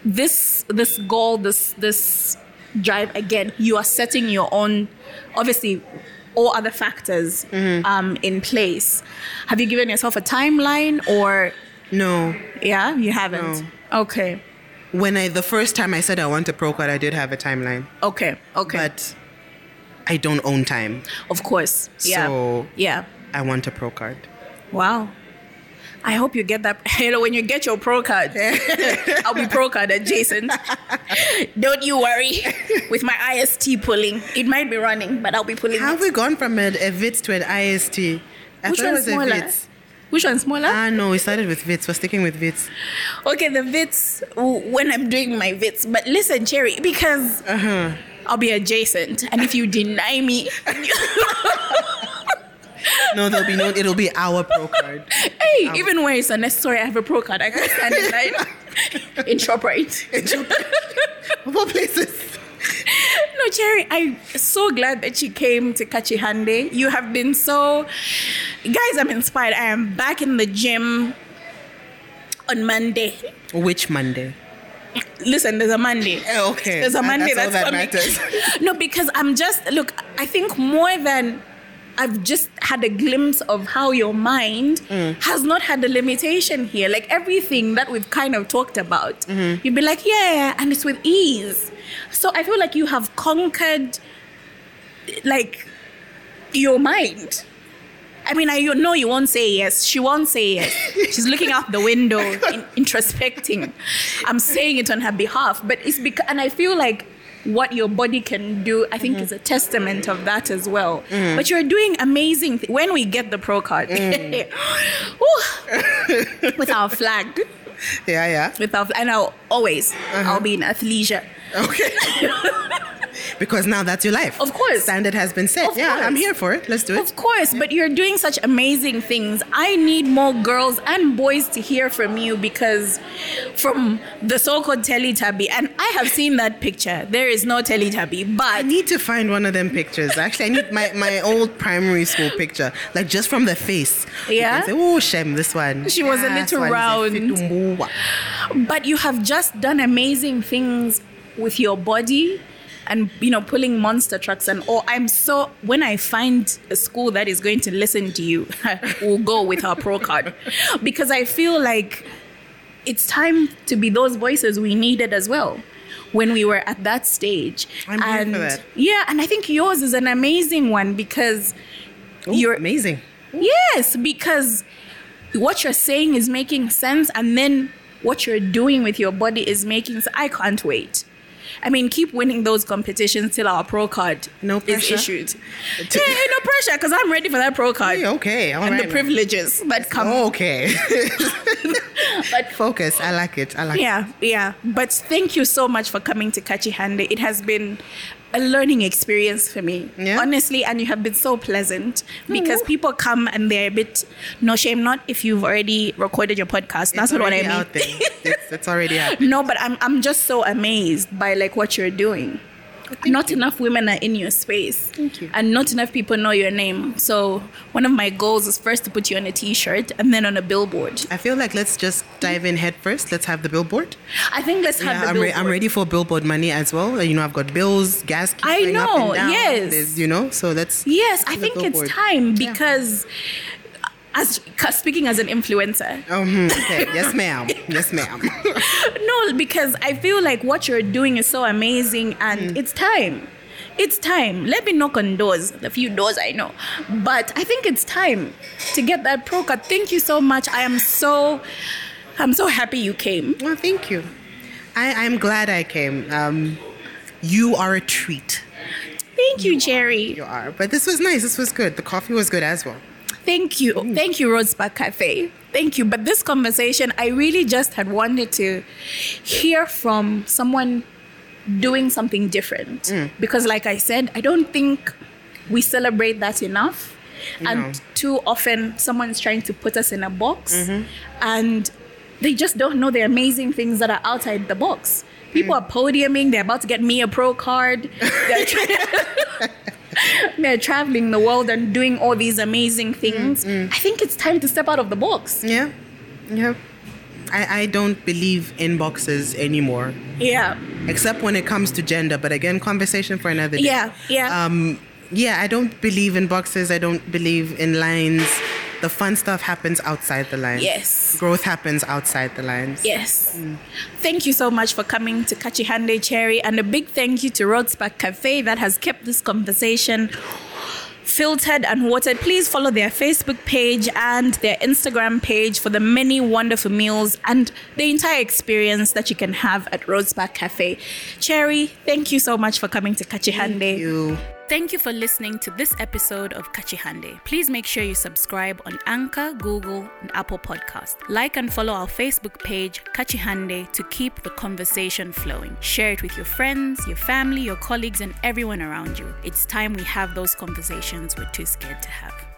Speaker 2: this this goal, this this drive again, you are setting your own obviously all other factors
Speaker 3: Mm-hmm.
Speaker 2: um, in place. Have you given yourself a timeline or
Speaker 3: no.
Speaker 2: yeah, you haven't? Okay.
Speaker 3: When I the first time I said I want a pro card, I did have a timeline.
Speaker 2: Okay. Okay.
Speaker 3: But I don't own time.
Speaker 2: of course. Yeah.
Speaker 3: So-
Speaker 2: yeah.
Speaker 3: I want a pro card.
Speaker 2: Wow. I hope you get that. You know, when you get your pro card, eh, I'll be pro card adjacent. Don't you worry. With my IST pulling, it might be running, but I'll be pulling.
Speaker 3: How
Speaker 2: it.
Speaker 3: have we gone from a, a VITS to an IST? I
Speaker 2: Which
Speaker 3: thought it
Speaker 2: one's
Speaker 3: was a
Speaker 2: smaller?
Speaker 3: VITS.
Speaker 2: Which one's smaller?
Speaker 3: Ah, no, we started with VITS. We're sticking with VITS.
Speaker 2: Okay, the vits w- when I'm doing my vits. But listen, Cherry, because
Speaker 3: Uh-huh.
Speaker 2: I'll be adjacent, and if you deny me,
Speaker 3: No, there'll be no, it'll be our pro card.
Speaker 2: hey,
Speaker 3: Um,
Speaker 2: even where it's unnecessary, I have a pro card. I can stand in line in Shoprite.
Speaker 3: Of all places.
Speaker 2: No, Cherry, I'm so glad that you came to Kachihande. You have been so. Guys, I'm inspired. I am back in the gym on Monday.
Speaker 3: Which Monday?
Speaker 2: Listen, there's a Monday.
Speaker 3: Eh, Okay.
Speaker 2: There's a
Speaker 3: And
Speaker 2: Monday that's,
Speaker 3: all that
Speaker 2: coming.
Speaker 3: matters.
Speaker 2: no, because I'm just. Look, I think more than. I've just had a glimpse of how your mind
Speaker 3: Mm.
Speaker 2: has not had a limitation here. Like everything that we've kind of talked about,
Speaker 3: Mm-hmm.
Speaker 2: you'd be like, yeah, and it's with ease. So I feel like you have conquered like your mind. I mean, I you know you won't say yes. She won't say yes. She's looking out the window, in, introspecting. I'm saying it on her behalf, but it's because, and I feel like what your body can do, I think, is a testament of that as well. But you're doing amazing. Th- when we get the pro card, Woo! with our flag,
Speaker 3: Yeah, yeah.
Speaker 2: with our, fl- and I'll always, I'll be in athleisure.
Speaker 3: Okay. because now that's your life.
Speaker 2: Of course.
Speaker 3: Standard has been set.
Speaker 2: Of
Speaker 3: yeah, I'm
Speaker 2: course.
Speaker 3: here for it. Let's do it.
Speaker 2: Of course, but you're doing such amazing things. I need more girls and boys to hear from you because from the so-called Teletubby, and I have seen that picture. There is no Teletubby,
Speaker 3: I
Speaker 2: but
Speaker 3: need to find one of them pictures. Actually, I need my, my old primary school picture, like just from the face. You
Speaker 2: Yeah?
Speaker 3: can say, oh, Shem, this one.
Speaker 2: She was a
Speaker 3: Ah, this
Speaker 2: little
Speaker 3: one is a
Speaker 2: round.
Speaker 3: fitumua."
Speaker 2: but you have just done amazing things with your body and you know pulling monster trucks and all i'm so when i find a school that is going to listen to you we'll go with our pro card because i feel like it's time to be those voices we needed as well when we were at that stage
Speaker 3: I'm here for
Speaker 2: and
Speaker 3: that.
Speaker 2: yeah and i think yours is an amazing one because
Speaker 3: Ooh,
Speaker 2: you're
Speaker 3: amazing.
Speaker 2: Yes, because what you're saying is making sense, and then what you're doing with your body is making sense. I can't wait. I mean, keep winning those competitions till our pro card
Speaker 3: No
Speaker 2: is
Speaker 3: pressure.
Speaker 2: issued. yeah, yeah, no pressure, because I'm ready for that pro card
Speaker 3: Hey, okay, all
Speaker 2: and
Speaker 3: right.
Speaker 2: the
Speaker 3: ma'am.
Speaker 2: privileges that come.
Speaker 3: Okay.
Speaker 2: But
Speaker 3: Focus. I like it. I like it.
Speaker 2: yeah, yeah. But thank you so much for coming to Kachihande. It has been a learning experience for me,
Speaker 3: Yeah. Oh,
Speaker 2: honestly, and you have been so pleasant because people come and they're a bit no shame. Not if you've already recorded your podcast. That's
Speaker 3: it's
Speaker 2: not what I
Speaker 3: already
Speaker 2: mean.
Speaker 3: Out there. It's, it's already out.
Speaker 2: no, but I'm I'm just so amazed by like what you're doing. Not enough women are in your space,
Speaker 3: Oh, Thank you.
Speaker 2: and not enough people know your name. So one of my goals is first to put you on a T-shirt and then on a billboard.
Speaker 3: I feel like let's just dive in head first. Let's have the billboard.
Speaker 2: I think let's have
Speaker 3: Yeah,
Speaker 2: the
Speaker 3: I'm, re-
Speaker 2: billboard.
Speaker 3: I'm ready for billboard money as well. You know, I've got bills, gas. Keeps
Speaker 2: I
Speaker 3: going up and
Speaker 2: know,
Speaker 3: down.
Speaker 2: yes.
Speaker 3: There's, you know, so let's.
Speaker 2: Yes, I
Speaker 3: the
Speaker 2: think it's
Speaker 3: billboard.
Speaker 2: time because as ca- speaking as an influencer.
Speaker 3: Um, okay. Yes, ma'am. Yes, ma'am.
Speaker 2: No, because I feel like what you're doing is so amazing and
Speaker 3: Mm.
Speaker 2: it's time. It's time. Let me knock on doors, the few doors I know. But I think it's time to get that pro card. Thank you so much. I am so I'm so happy you came.
Speaker 3: Well, thank you. I, I'm glad I came. Um, You are a treat.
Speaker 2: Thank you, Jerry.
Speaker 3: You are. But this was nice. This was good. The coffee was good as well.
Speaker 2: Thank you. Thank you, Rhodes Park Cafe. Thank you. But this conversation, I really just had wanted to hear from someone doing something different. Because, like I said, I don't think we celebrate that enough. And too often, someone's trying to put us in a box and they just don't know the amazing things that are outside the box. People are podiuming, they're about to get me a pro card. They're they're traveling the world and doing all these amazing things. I think it's time to step out of the box.
Speaker 3: Yeah. Yeah. I, I don't believe in boxes anymore,
Speaker 2: Yeah.
Speaker 3: except when it comes to gender. But again, conversation for another day.
Speaker 2: Yeah. Yeah.
Speaker 3: Um, yeah, I don't believe in boxes. I don't believe in lines. The fun stuff happens outside the lines.
Speaker 2: Yes.
Speaker 3: Growth happens outside the lines.
Speaker 2: yes. mm. Thank you so much for coming to Kachihande Cherry and a big thank you to Rhodes Park Cafe that has kept this conversation filtered and watered. Please follow their Facebook page and their Instagram page for the many wonderful meals and the entire experience that you can have at Rhodes Park Cafe. Cherry, thank you so much for coming to Kachihande.
Speaker 3: Thank you.
Speaker 4: Thank you for listening to this episode of Kachihande. Please make sure you subscribe on Anchor, Google, and Apple Podcast. Like and follow our Facebook page, Kachihande, to keep the conversation flowing. Share it with your friends, your family, your colleagues, and everyone around you. It's time we have those conversations we're too scared to have.